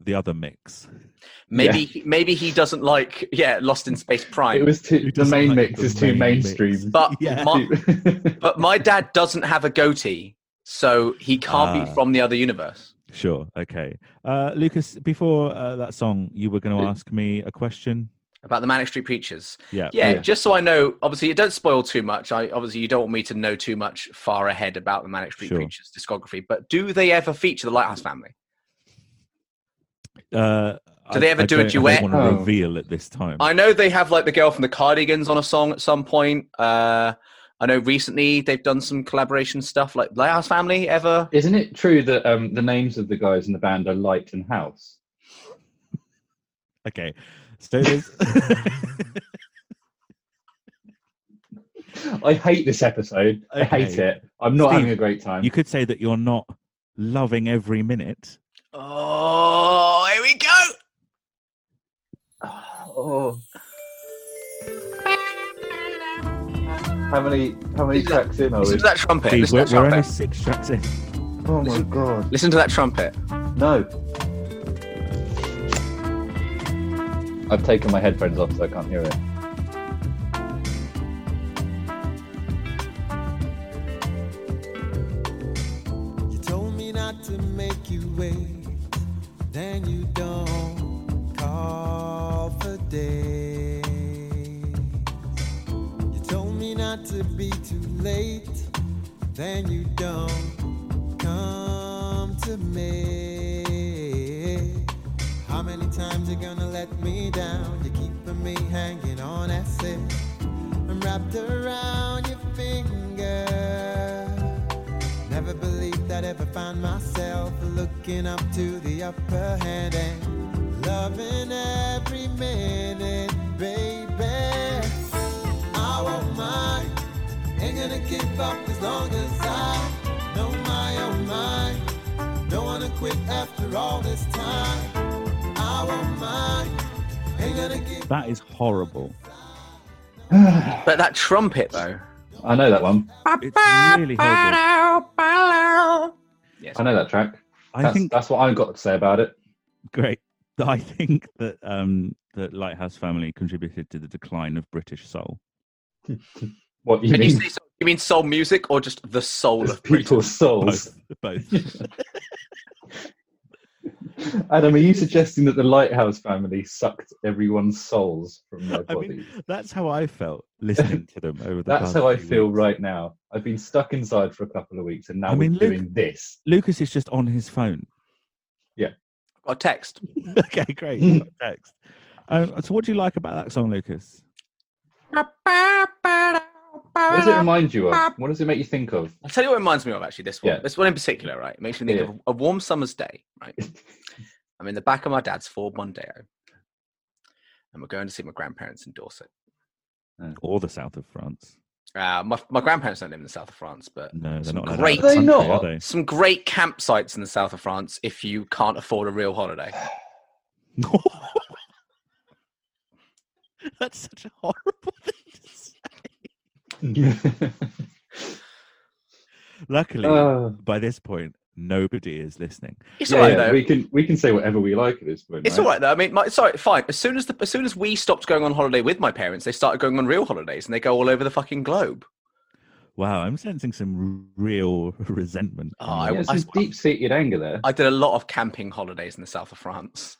[SPEAKER 2] the other mix?
[SPEAKER 4] maybe maybe he doesn't like yeah, Lost in Space Prime.
[SPEAKER 3] It was too. The
[SPEAKER 2] doesn't
[SPEAKER 3] main
[SPEAKER 2] like
[SPEAKER 3] mix
[SPEAKER 2] the
[SPEAKER 3] is too
[SPEAKER 2] main
[SPEAKER 3] mainstream.
[SPEAKER 4] but
[SPEAKER 2] Yeah.
[SPEAKER 4] my, but my dad doesn't have a goatee, so he can't be
[SPEAKER 2] Ah.
[SPEAKER 4] from the other universe.
[SPEAKER 2] Sure. Okay. Uh, Lucas, before uh, that song, you were going to
[SPEAKER 3] Yeah.
[SPEAKER 2] ask me a question.
[SPEAKER 4] About the Manic Street Preachers.
[SPEAKER 2] Yeah.
[SPEAKER 4] Yeah,
[SPEAKER 3] Yeah.
[SPEAKER 4] just so I know, obviously, you don't spoil too much. I obviously you don't want me to know too much far ahead about the Manic Street
[SPEAKER 2] Sure.
[SPEAKER 4] Preachers discography. But do they ever feature the Lighthouse Family?
[SPEAKER 2] Uh,
[SPEAKER 4] Do they ever do a
[SPEAKER 2] don't-
[SPEAKER 4] duet?
[SPEAKER 2] I don't want to
[SPEAKER 3] Oh.
[SPEAKER 2] reveal at this time.
[SPEAKER 4] I know they have like the girl from the Cardigans on a song at some point. Uh, I know recently they've done some collaboration stuff like Lighthouse Family. Ever?
[SPEAKER 3] Isn't it true that um, the names of the guys in the band are Light and House?
[SPEAKER 2] Okay. So there's.
[SPEAKER 3] I hate this episode. I hate
[SPEAKER 2] Okay.
[SPEAKER 3] it. I'm not
[SPEAKER 2] Steve,
[SPEAKER 3] having a great time.
[SPEAKER 2] you could say that you're not loving every minute.
[SPEAKER 4] Oh, here we go.
[SPEAKER 3] Oh. How many? How many tracks in are
[SPEAKER 4] Listen
[SPEAKER 3] we?
[SPEAKER 4] to that trumpet.
[SPEAKER 2] Steve,
[SPEAKER 4] Listen
[SPEAKER 2] we're,
[SPEAKER 4] to that
[SPEAKER 2] we're only
[SPEAKER 4] trumpet.
[SPEAKER 2] six tracks in.
[SPEAKER 3] Oh my god!
[SPEAKER 4] Listen to that trumpet.
[SPEAKER 3] No. I've taken my headphones off, so I can't hear it.
[SPEAKER 5] You told me not to make you wait, then you don't call for days. You told me not to be too late, then you don't come to me. How many times you gonna let me down? You're keeping me hanging on, that's it. I'm wrapped around your finger. Never believed I'd ever find myself looking up to the upper hand and loving every minute, baby. I won't mind, ain't gonna give up as long as I know my own mind. Don't wanna quit after all this time. I won't mind, ain't gonna give
[SPEAKER 2] That is horrible.
[SPEAKER 4] But that trumpet though.
[SPEAKER 3] I know that one.
[SPEAKER 2] It's really horrible.
[SPEAKER 4] Yes.
[SPEAKER 3] I know that track.
[SPEAKER 2] I
[SPEAKER 3] That's,
[SPEAKER 2] think
[SPEAKER 3] that's what I've got to say about it.
[SPEAKER 2] great. that I think that um, that Lighthouse Family contributed to the decline of British soul.
[SPEAKER 3] What you
[SPEAKER 4] When you
[SPEAKER 3] mean?
[SPEAKER 4] say soul, you mean soul music or just the soul
[SPEAKER 3] It's
[SPEAKER 4] of Britain?
[SPEAKER 3] people's souls.
[SPEAKER 2] Both, both.
[SPEAKER 3] Adam, are you suggesting that the Lighthouse family sucked everyone's souls from their
[SPEAKER 2] I
[SPEAKER 3] bodies?
[SPEAKER 2] mean, that's how I felt listening to them over the.
[SPEAKER 3] That's
[SPEAKER 2] past
[SPEAKER 3] how I
[SPEAKER 2] few
[SPEAKER 3] feel
[SPEAKER 2] weeks.
[SPEAKER 3] right now. I've been stuck inside for a couple of weeks, and now
[SPEAKER 2] I mean,
[SPEAKER 3] we're
[SPEAKER 2] Luke-
[SPEAKER 3] doing this.
[SPEAKER 2] Lucas is just on his phone.
[SPEAKER 4] Or text?
[SPEAKER 2] okay, great.
[SPEAKER 3] Hmm.
[SPEAKER 2] I've got Text. Um, so, what do you like about that song, Lucas?
[SPEAKER 3] What does it remind you of? What does it make you think of?
[SPEAKER 4] I'll tell you what it reminds me of actually. This one,
[SPEAKER 3] Yeah.
[SPEAKER 4] this one in particular, right? It makes me think
[SPEAKER 3] Yeah.
[SPEAKER 4] of a warm summer's day, right?
[SPEAKER 3] Uh,
[SPEAKER 4] I'm in the back of my dad's Ford Mondeo, and we're going to see my grandparents in Dorset.
[SPEAKER 2] Or the south of France?
[SPEAKER 4] Uh, my my grandparents don't live in the south of France, but
[SPEAKER 2] No, they're
[SPEAKER 4] Some
[SPEAKER 2] not. allowed out
[SPEAKER 4] great-
[SPEAKER 2] of the
[SPEAKER 3] They
[SPEAKER 2] country,
[SPEAKER 3] not?
[SPEAKER 2] Are
[SPEAKER 4] some great campsites in the south of France if you can't afford a real holiday.
[SPEAKER 2] they? That's such a horrible thing to say. Luckily,
[SPEAKER 3] Ah.
[SPEAKER 2] by this point, nobody is listening.
[SPEAKER 4] It's
[SPEAKER 3] yeah,
[SPEAKER 4] all right
[SPEAKER 3] yeah,
[SPEAKER 4] though.
[SPEAKER 3] we can we can say whatever we like at this point.
[SPEAKER 4] It's
[SPEAKER 3] right?
[SPEAKER 4] all right though. I mean, my, sorry, fine. As soon as the as soon as we stopped going on holiday with my parents, they started going on real holidays, and they go all over the fucking globe.
[SPEAKER 2] Wow, I'm sensing some r- real resentment.
[SPEAKER 4] Oh,
[SPEAKER 2] coming
[SPEAKER 4] I-
[SPEAKER 2] up.
[SPEAKER 3] Yeah, some deep-seated anger there.
[SPEAKER 4] I did a lot of camping holidays in the south of France.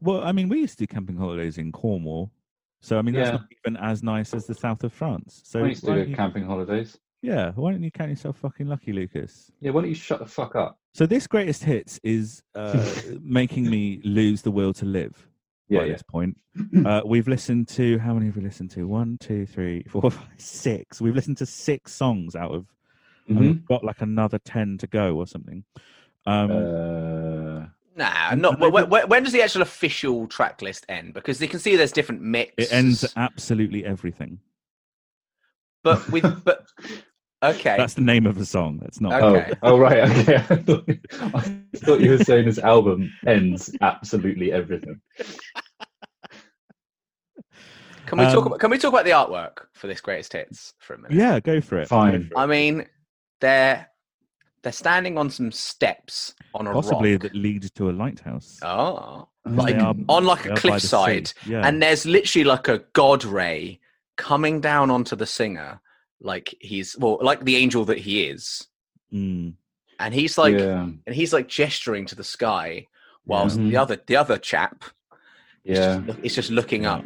[SPEAKER 2] Well, I mean, we used to do camping holidays in Cornwall, so I mean that's
[SPEAKER 3] Yeah.
[SPEAKER 2] not even as nice as the south of France. So
[SPEAKER 3] I used
[SPEAKER 2] why
[SPEAKER 3] to
[SPEAKER 2] don't
[SPEAKER 3] do
[SPEAKER 2] you-
[SPEAKER 3] camping holidays.
[SPEAKER 2] yeah, why don't you count yourself fucking lucky, Lucas?
[SPEAKER 3] Yeah, why don't you shut the fuck up?
[SPEAKER 2] So this greatest hits is uh, making me lose the will to live.
[SPEAKER 3] Yeah,
[SPEAKER 2] by
[SPEAKER 3] yeah.
[SPEAKER 2] this point, uh, we've listened to how many have we listened to? One, two, three, four, five, six. We've listened to six songs out of
[SPEAKER 4] Mm-hmm.
[SPEAKER 3] Mhm.
[SPEAKER 2] and we've got like another 10 to go or something. Um,
[SPEAKER 3] Uh,
[SPEAKER 4] Nah,
[SPEAKER 2] And-
[SPEAKER 4] not.
[SPEAKER 2] and they
[SPEAKER 4] When, when, when does the actual official track list end? Because you can see there's different mix.
[SPEAKER 2] it ends at absolutely everything.
[SPEAKER 4] but with but okay.
[SPEAKER 2] That's the name of the song. That's not.
[SPEAKER 4] Okay.
[SPEAKER 3] Oh, oh right, okay. I thought, I thought you were saying this album ends absolutely everything.
[SPEAKER 4] Can we talk
[SPEAKER 2] um,
[SPEAKER 4] about Can we talk about the artwork for this greatest hits for a minute?
[SPEAKER 2] Yeah, go for it.
[SPEAKER 3] Fine.
[SPEAKER 2] Go for it.
[SPEAKER 4] I mean, they're they're standing on some steps on a
[SPEAKER 2] Possibly
[SPEAKER 4] rock.
[SPEAKER 2] that leads to a lighthouse.
[SPEAKER 4] Oh,
[SPEAKER 3] And
[SPEAKER 2] They
[SPEAKER 4] like
[SPEAKER 2] are-
[SPEAKER 4] on like
[SPEAKER 2] they
[SPEAKER 4] a
[SPEAKER 2] are by the sea.
[SPEAKER 4] cliffside,
[SPEAKER 2] Yeah.
[SPEAKER 4] and there's literally like a god ray coming down onto the singer, like he's well, like the angel that he is,
[SPEAKER 2] Mm.
[SPEAKER 4] and he's like
[SPEAKER 3] yeah,
[SPEAKER 4] and he's like gesturing to the sky, whilst
[SPEAKER 2] Mm-hmm.
[SPEAKER 3] Mhm.
[SPEAKER 4] the other the other chap is
[SPEAKER 3] yeah.
[SPEAKER 4] just, look- is just looking up.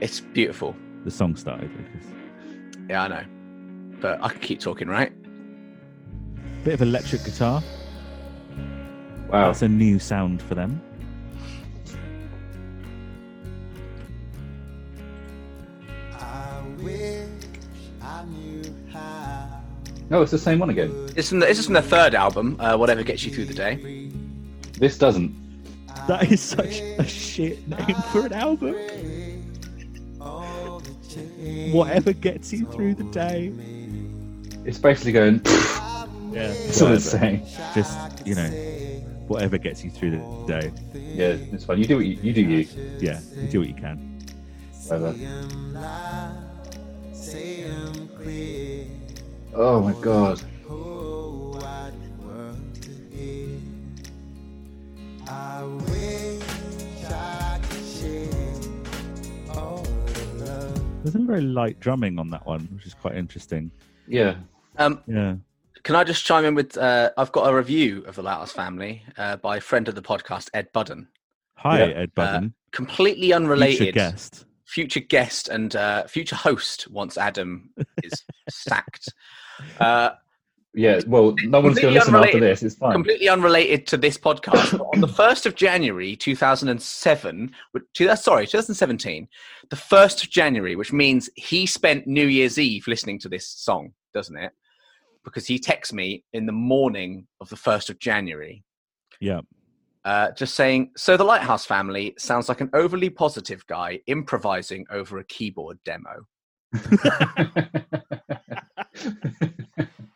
[SPEAKER 4] It's beautiful.
[SPEAKER 2] The song started, Lucas.
[SPEAKER 4] Yeah, I know, but I could keep talking, right?
[SPEAKER 2] Bit of electric guitar.
[SPEAKER 4] Oh.
[SPEAKER 3] Wow.
[SPEAKER 2] That's a new sound for them.
[SPEAKER 5] I wish I knew how.
[SPEAKER 3] No, it's the same one again.
[SPEAKER 4] It's from the, this is from the third album, uh, whatever gets you through the day.
[SPEAKER 3] This doesn't.
[SPEAKER 2] That is such a shit name for an album. Whatever gets you through the day.
[SPEAKER 3] It's basically going.
[SPEAKER 2] Yeah.
[SPEAKER 3] That's all it's
[SPEAKER 2] whatever.
[SPEAKER 3] saying.
[SPEAKER 2] Just, you know, whatever gets you through the day.
[SPEAKER 3] Yeah, it's fine. You do what you, you do. You
[SPEAKER 2] Yeah, you do what you can.
[SPEAKER 3] whatever.
[SPEAKER 5] Say 'em clear.
[SPEAKER 3] Oh my god.
[SPEAKER 5] Oh, what world to hear. I wish I could share all the love.
[SPEAKER 2] There's some very light drumming on that one, which is quite interesting.
[SPEAKER 3] Yeah.
[SPEAKER 4] Um,
[SPEAKER 2] Yeah.
[SPEAKER 4] can I just chime in with? Uh, I've got a review of the Lighthouse Family uh, by friend of the podcast Ed Budden,
[SPEAKER 2] Hi,
[SPEAKER 3] Yeah. uh,
[SPEAKER 2] Ed Budden.
[SPEAKER 4] completely
[SPEAKER 2] Related.
[SPEAKER 4] unrelated.
[SPEAKER 2] guest.
[SPEAKER 4] future guest and uh, future host once Adam is sacked. Uh,
[SPEAKER 3] Yeah. Well, no one's going to
[SPEAKER 4] Completely
[SPEAKER 3] listen after
[SPEAKER 4] unrelated.
[SPEAKER 3] this. It's fine.
[SPEAKER 4] completely unrelated to this podcast, but on the 1st of January 2007, which- two- uh, sorry, 2017, the 1st of January, which means he spent New Year's Eve listening to this song, doesn't it? Because he texts me in the morning of the 1st of January.
[SPEAKER 2] Yeah.
[SPEAKER 4] Uh, just saying, so the Lighthouse family sounds like an overly positive guy improvising over a keyboard demo.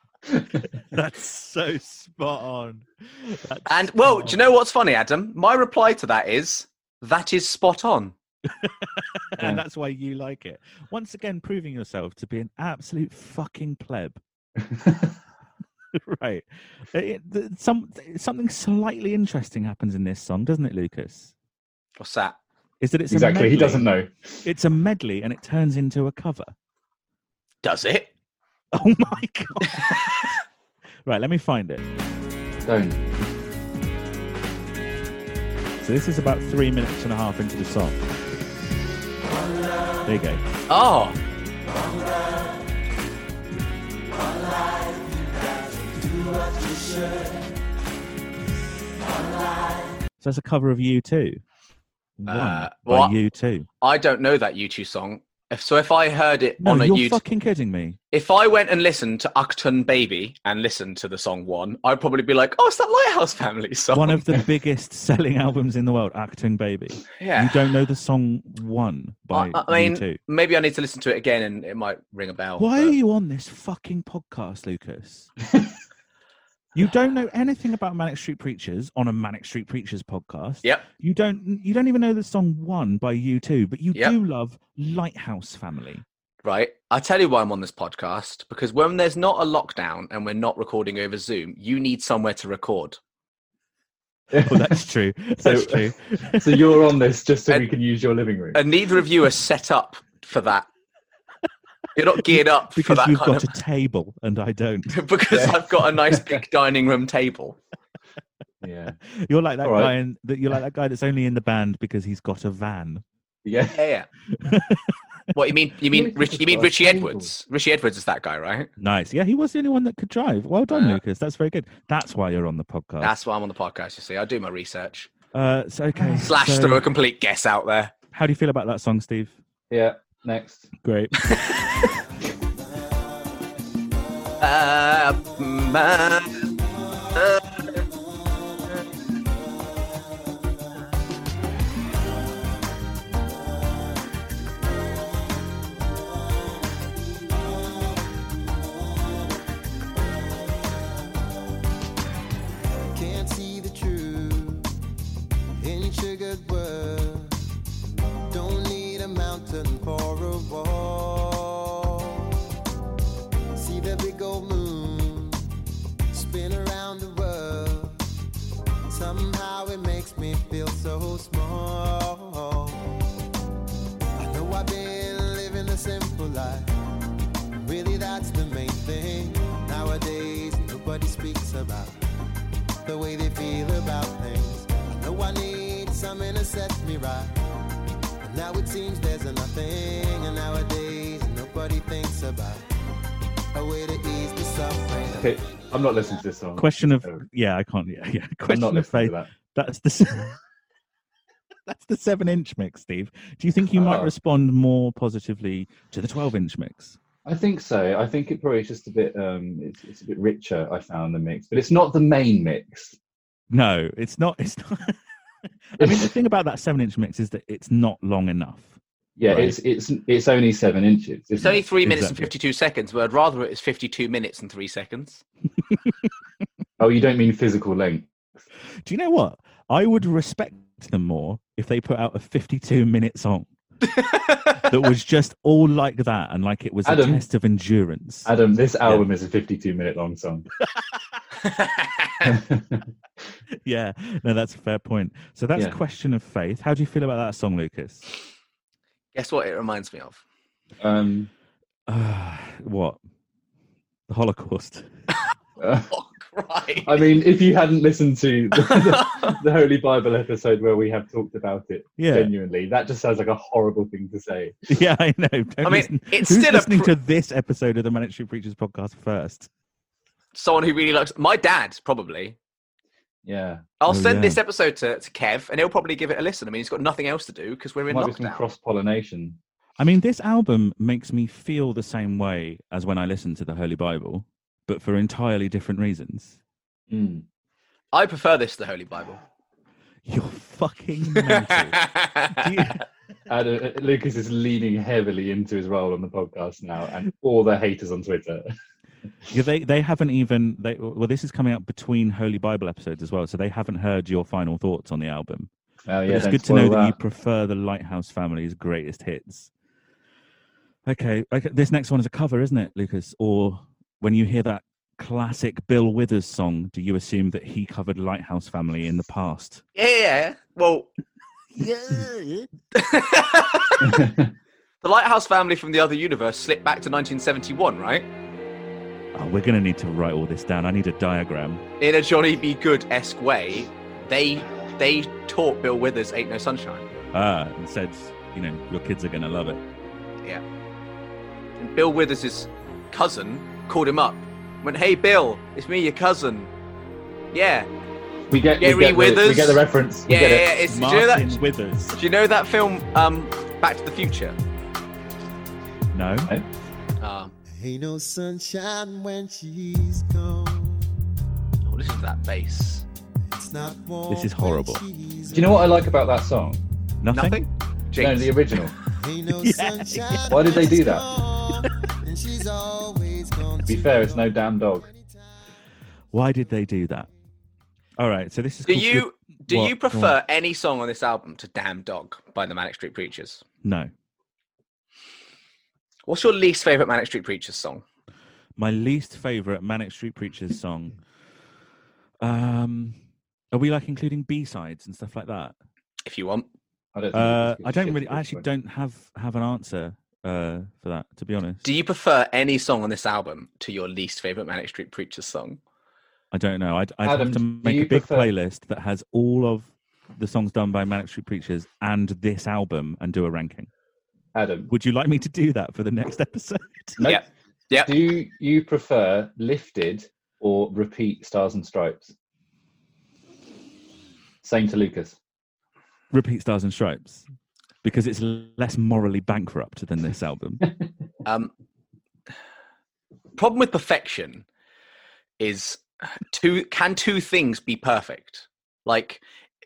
[SPEAKER 2] That's so spot on. That's
[SPEAKER 4] And
[SPEAKER 2] spot
[SPEAKER 4] well, do you
[SPEAKER 2] on.
[SPEAKER 4] know what's funny, Adam? My reply to that is that is spot on.
[SPEAKER 2] and that's why you like it. Once again, proving yourself to be an absolute fucking pleb. right. It- th- some something slightly interesting happens in this song, doesn't it, Lucas?
[SPEAKER 4] What's that?
[SPEAKER 2] Is that it's A
[SPEAKER 3] exactly.
[SPEAKER 2] medley.
[SPEAKER 3] He doesn't know.
[SPEAKER 2] It's a medley, and it turns into a cover.
[SPEAKER 4] Does it?
[SPEAKER 2] Oh my god! right, let me find it.
[SPEAKER 3] Don't.
[SPEAKER 2] So this is about three minutes and a half into the song. There you go.
[SPEAKER 4] oh,
[SPEAKER 2] So that's a cover of You Too. One
[SPEAKER 4] Uh,
[SPEAKER 2] by
[SPEAKER 4] what?
[SPEAKER 2] You Too.
[SPEAKER 4] I don't know that U2 song. If- So if I heard it
[SPEAKER 2] No,
[SPEAKER 4] on a
[SPEAKER 2] you're
[SPEAKER 4] U2,
[SPEAKER 2] fucking kidding me.
[SPEAKER 4] if I went and listened to Uckton Baby and listened to the song one, I'd probably be like, "Oh, it's that Lighthouse Family song."
[SPEAKER 2] One of the biggest selling albums in the world, Acting Baby.
[SPEAKER 4] yeah.
[SPEAKER 2] You don't know the song One by
[SPEAKER 4] I, I mean, oh, uh,
[SPEAKER 2] You Too.
[SPEAKER 4] maybe I need to listen to it again, and it might ring a bell.
[SPEAKER 2] Why are
[SPEAKER 4] but-
[SPEAKER 2] you on this fucking podcast, Lucas? you don't know anything about Manic Street Preachers on a Manic Street Preachers podcast.
[SPEAKER 4] Yep.
[SPEAKER 2] You don't you don't even know the song One by You Too, but you
[SPEAKER 4] Yep.
[SPEAKER 2] do love Lighthouse Family.
[SPEAKER 4] Right. I tell you why I'm on this podcast because when there's not a lockdown and we're not recording over Zoom, you need somewhere to record.
[SPEAKER 2] Well, that's true.
[SPEAKER 3] So-
[SPEAKER 2] That's true.
[SPEAKER 3] so you're on this just so
[SPEAKER 4] And-
[SPEAKER 3] we can use your living room.
[SPEAKER 4] And neither of you are set up for that. You're not geared up for
[SPEAKER 2] because
[SPEAKER 4] that
[SPEAKER 2] you've
[SPEAKER 4] kind
[SPEAKER 2] got a table and I don't.
[SPEAKER 4] of because
[SPEAKER 3] Yeah.
[SPEAKER 4] I've got a nice big dining room table.
[SPEAKER 3] yeah.
[SPEAKER 2] You're like that
[SPEAKER 3] All right.
[SPEAKER 2] guy, and that you're like that guy that's only in the band because he's got a van.
[SPEAKER 3] Yeah.
[SPEAKER 4] Yeah. what you mean? You mean
[SPEAKER 3] Yes,
[SPEAKER 4] Rich, you mean
[SPEAKER 3] it's
[SPEAKER 4] Richie
[SPEAKER 3] possible.
[SPEAKER 4] Edwards? Richie Edwards is that guy, right?
[SPEAKER 2] Nice, yeah. He was the only one that could drive. Well done,
[SPEAKER 4] Yeah.
[SPEAKER 2] Lucas. That's very good. That's why you're on the podcast.
[SPEAKER 4] That's why I'm on the podcast. You see, I do my research.
[SPEAKER 2] uh, so okay.
[SPEAKER 4] Slash
[SPEAKER 2] so
[SPEAKER 4] through a complete guess out there.
[SPEAKER 2] How do you feel about that song, Steve?
[SPEAKER 3] Yeah. Next.
[SPEAKER 2] Great.
[SPEAKER 4] Uh, man. Uh,
[SPEAKER 5] Can't see the truth in sugared words. Don't need a mountain for a wall. See the big old moon spin around the world. Somehow it makes me feel so small. I know I've been living a simple life. Really, that's the main thing. Nowadays, nobody speaks about the way they feel about things. I know I need something to set me right. But now it seems there's a nothing, and nowadays nobody thinks about a way to ease the suffering.
[SPEAKER 3] Okay. I'm not listening to this song.
[SPEAKER 2] Question of
[SPEAKER 3] Oh,
[SPEAKER 2] yeah, I can't. Yeah, yeah.
[SPEAKER 3] I'm
[SPEAKER 2] Question
[SPEAKER 3] not
[SPEAKER 2] of
[SPEAKER 3] listening
[SPEAKER 2] faith.
[SPEAKER 3] to that.
[SPEAKER 2] That's the s- that's the seven inch mix, Steve. Do you think you might
[SPEAKER 3] Oh.
[SPEAKER 2] respond more positively to the twelve inch mix?
[SPEAKER 3] I think so. I think it probably is just a bit. Um, it's, it's a bit richer. I found the mix, but it's not the main mix.
[SPEAKER 2] No, it's not. It's not. I mean, the thing about that seven inch mix is that it's not long enough.
[SPEAKER 3] Yeah,
[SPEAKER 2] Right.
[SPEAKER 3] it's it's it's only seven inches.
[SPEAKER 4] it's
[SPEAKER 3] isn't
[SPEAKER 4] only
[SPEAKER 3] it?
[SPEAKER 4] three minutes
[SPEAKER 2] Exactly.
[SPEAKER 4] and fifty-two seconds, but I'd rather it is fifty-two minutes and three seconds.
[SPEAKER 3] Oh, you don't mean physical length?
[SPEAKER 2] Do you know what? I would respect them more if they put out a 52 minute song that was just all like that and like it was
[SPEAKER 3] Adam.
[SPEAKER 2] a test of endurance.
[SPEAKER 3] Adam, this album is a 52 minute long song.
[SPEAKER 2] Yeah, no, that's a fair point. So that's
[SPEAKER 3] Yeah.
[SPEAKER 2] Question of Faith. How do you feel about that song, Lucas?
[SPEAKER 4] Guess what? It reminds me of.
[SPEAKER 3] um,
[SPEAKER 2] Uh, what? The Holocaust.
[SPEAKER 3] uh,
[SPEAKER 4] Oh, Christ.
[SPEAKER 3] I mean, if you hadn't listened to the, the Holy Bible episode where we have talked about it
[SPEAKER 2] Yeah,
[SPEAKER 3] genuinely, that just sounds like a horrible thing to say.
[SPEAKER 2] yeah, I know. Don't
[SPEAKER 4] I mean,
[SPEAKER 2] listen-
[SPEAKER 4] it's
[SPEAKER 2] Who's
[SPEAKER 4] still a
[SPEAKER 2] listening
[SPEAKER 4] pr-
[SPEAKER 2] to this episode of the Manic Street Preachers podcast first?
[SPEAKER 4] someone who really likes my dad probably.
[SPEAKER 3] Yeah,
[SPEAKER 4] I'll
[SPEAKER 2] Oh,
[SPEAKER 4] send
[SPEAKER 2] yeah.
[SPEAKER 4] this episode to, to Kev, and he'll probably give it a listen. I mean, he's got nothing else to do because we're in
[SPEAKER 3] might be some
[SPEAKER 4] lockdown.
[SPEAKER 3] cross pollination.
[SPEAKER 2] I mean, this album makes me feel the same way as when I listen to the Holy Bible, but for entirely different reasons.
[SPEAKER 3] Mm.
[SPEAKER 4] I prefer this to the Holy Bible.
[SPEAKER 2] You're fucking mental. Do you-
[SPEAKER 3] Adam, uh, Lucas is leaning heavily into his role on the podcast now, and all the haters on Twitter. Uh,
[SPEAKER 2] Yeah, they they haven't even they well this is coming out between Holy Bible episodes as well, so they haven't heard your final thoughts on the album.
[SPEAKER 3] Oh,
[SPEAKER 2] But
[SPEAKER 3] yeah, uh,
[SPEAKER 2] it's
[SPEAKER 3] don't
[SPEAKER 2] good to know
[SPEAKER 3] spoil
[SPEAKER 2] that. you prefer the Lighthouse family's greatest hits. Okay, okay, this next one is a cover, isn't it, Lucas? Or when you hear that classic Bill Withers song, do you assume that he covered Lighthouse Family in the past?
[SPEAKER 4] Yeah. Well. Yeah. the Lighthouse family from the other universe slipped back to 1971, right?
[SPEAKER 2] Oh, we're going to need to write all this down. I need a diagram.
[SPEAKER 4] In a Johnny B. Good esque way, they they taught Bill Withers "Ain't No Sunshine,"
[SPEAKER 2] Ah, and said, you know, your kids are going to love it.
[SPEAKER 4] and Bill Withers' cousin called him up, went, "Hey, Bill, it's me, your cousin. Yeah,
[SPEAKER 3] We get, we
[SPEAKER 4] Gary
[SPEAKER 3] get, the, we
[SPEAKER 4] Withers.
[SPEAKER 3] get the reference. We
[SPEAKER 4] yeah, yeah,
[SPEAKER 3] get it.
[SPEAKER 4] yeah. It's, do you know
[SPEAKER 2] Martin
[SPEAKER 4] that?
[SPEAKER 2] Withers.
[SPEAKER 4] Do you know that film, um, Back to the Future?
[SPEAKER 2] No.
[SPEAKER 4] Uh,
[SPEAKER 5] Ain't no sunshine when she's gone.
[SPEAKER 4] oh, listen to that bass.
[SPEAKER 5] It's not warm
[SPEAKER 2] This is horrible.
[SPEAKER 5] when she's
[SPEAKER 3] Do you know what I like about that song?
[SPEAKER 2] Nothing?
[SPEAKER 4] Nothing.
[SPEAKER 3] No,
[SPEAKER 4] Jinx.
[SPEAKER 3] the original.
[SPEAKER 5] Ain't no
[SPEAKER 2] Yeah,
[SPEAKER 5] sunshine
[SPEAKER 2] yeah.
[SPEAKER 3] Why did they do that?
[SPEAKER 5] that? and she's always gone
[SPEAKER 3] To be fair, it's no damn dog.
[SPEAKER 2] Why did they do that? All right, so this is
[SPEAKER 4] do
[SPEAKER 2] called
[SPEAKER 4] you do
[SPEAKER 2] What?
[SPEAKER 4] you
[SPEAKER 2] Go on.
[SPEAKER 4] prefer any song on this album to "Damn Dog" by the Manic Street Preachers?
[SPEAKER 2] No.
[SPEAKER 4] What's your least favorite Manic Street Preachers song?
[SPEAKER 2] My least favorite Manic Street Preachers song. Um are we like including B-sides and stuff like that?
[SPEAKER 4] If you want,
[SPEAKER 3] I don't. Think
[SPEAKER 2] Uh,
[SPEAKER 3] it's
[SPEAKER 2] I don't
[SPEAKER 3] shit
[SPEAKER 2] really
[SPEAKER 3] at this
[SPEAKER 2] I actually
[SPEAKER 3] point.
[SPEAKER 2] don't have have an answer uh for that to be honest.
[SPEAKER 4] do you prefer any song on this album to your least favorite Manic Street Preachers song?
[SPEAKER 2] I don't know. I'd, I'd
[SPEAKER 3] Adam,
[SPEAKER 2] have to
[SPEAKER 3] do
[SPEAKER 2] make a
[SPEAKER 3] you
[SPEAKER 2] big
[SPEAKER 3] prefer-
[SPEAKER 2] playlist that has all of the songs done by Manic Street Preachers and this album and do a ranking.
[SPEAKER 3] Adam,
[SPEAKER 2] Would you like me to do that for the next episode?
[SPEAKER 3] no,
[SPEAKER 4] Yeah. Yeah.
[SPEAKER 3] Do you prefer lifted or repeat Stars and Stripes? Same to Lucas.
[SPEAKER 2] Repeat Stars and Stripes because it's l- less morally bankrupt than this album.
[SPEAKER 4] Um, problem with perfection is two can two things be perfect? Like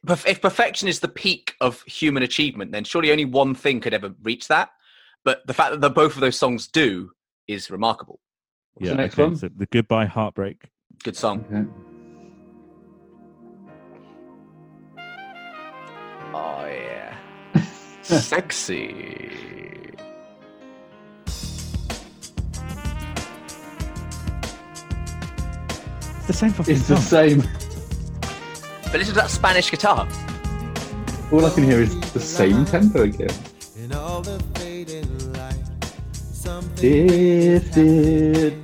[SPEAKER 4] perf- if perfection is the peak of human achievement, then surely only one thing could ever reach that. But the fact that the, both of those songs do is remarkable.
[SPEAKER 3] What's the next
[SPEAKER 2] okay,
[SPEAKER 3] one?
[SPEAKER 2] so the Goodbye Heartbreak.
[SPEAKER 4] Good song.
[SPEAKER 3] Okay.
[SPEAKER 4] Oh yeah, sexy.
[SPEAKER 2] It's the same fucking
[SPEAKER 3] It's
[SPEAKER 2] song.
[SPEAKER 3] the same.
[SPEAKER 4] But listen to that Spanish guitar.
[SPEAKER 3] All I can hear is the same tempo again.
[SPEAKER 5] In all the fading light, something
[SPEAKER 3] Lifted.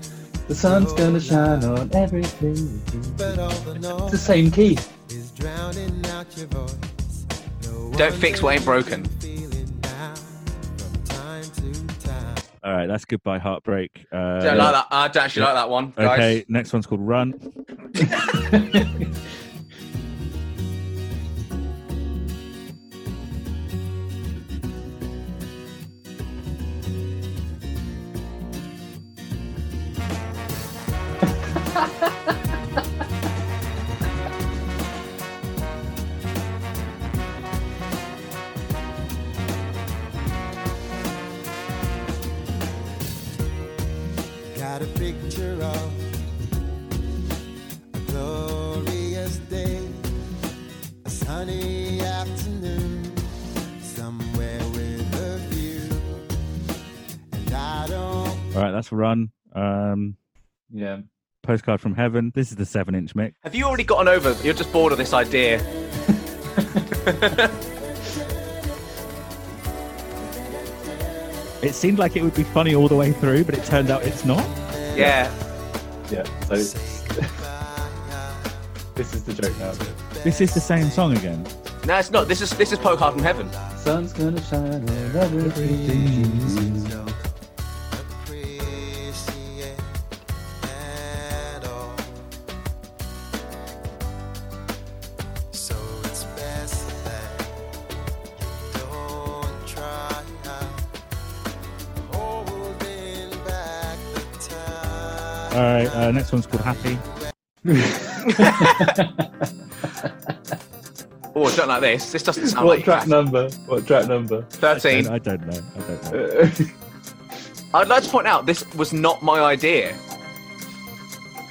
[SPEAKER 3] The sun's gonna shine on everything.
[SPEAKER 5] but all the noise
[SPEAKER 3] It's the same key.
[SPEAKER 5] is drowning out your voice. No
[SPEAKER 4] Don't fix what ain't
[SPEAKER 5] wonder you've
[SPEAKER 4] broken.
[SPEAKER 5] been feeling down from time to time.
[SPEAKER 2] All right, that's Goodbye Heartbreak. Uh,
[SPEAKER 4] Don't like that. I don't actually like that one, guys.
[SPEAKER 2] Okay, next one's called Run.
[SPEAKER 5] Got a picture of a glorious day, a sunny afternoon, somewhere with a view. And I don't
[SPEAKER 2] All right, that's Run. Um,
[SPEAKER 3] Yeah.
[SPEAKER 2] Postcard from Heaven. This is the seven inch mix.
[SPEAKER 4] Have you already gotten over? You're just bored of this idea.
[SPEAKER 2] It seemed like it would be funny all the way through, but it turned out it's not.
[SPEAKER 4] Yeah.
[SPEAKER 3] Yeah. So this is the joke now.
[SPEAKER 2] This is the same song again.
[SPEAKER 4] No, it's not. This is this is Postcard from Heaven.
[SPEAKER 3] Sun's gonna shine on everything.
[SPEAKER 5] appreciate at all. So it's best that you don't try holding back the time.
[SPEAKER 2] All right, uh, next one's called Happy.
[SPEAKER 4] Oh, I don't like this. This doesn't sound
[SPEAKER 3] What
[SPEAKER 4] like
[SPEAKER 3] track number? What track number?
[SPEAKER 4] thirteen.
[SPEAKER 2] I don't know. I don't know.
[SPEAKER 3] Uh,
[SPEAKER 4] I'd like to point out this was not my idea.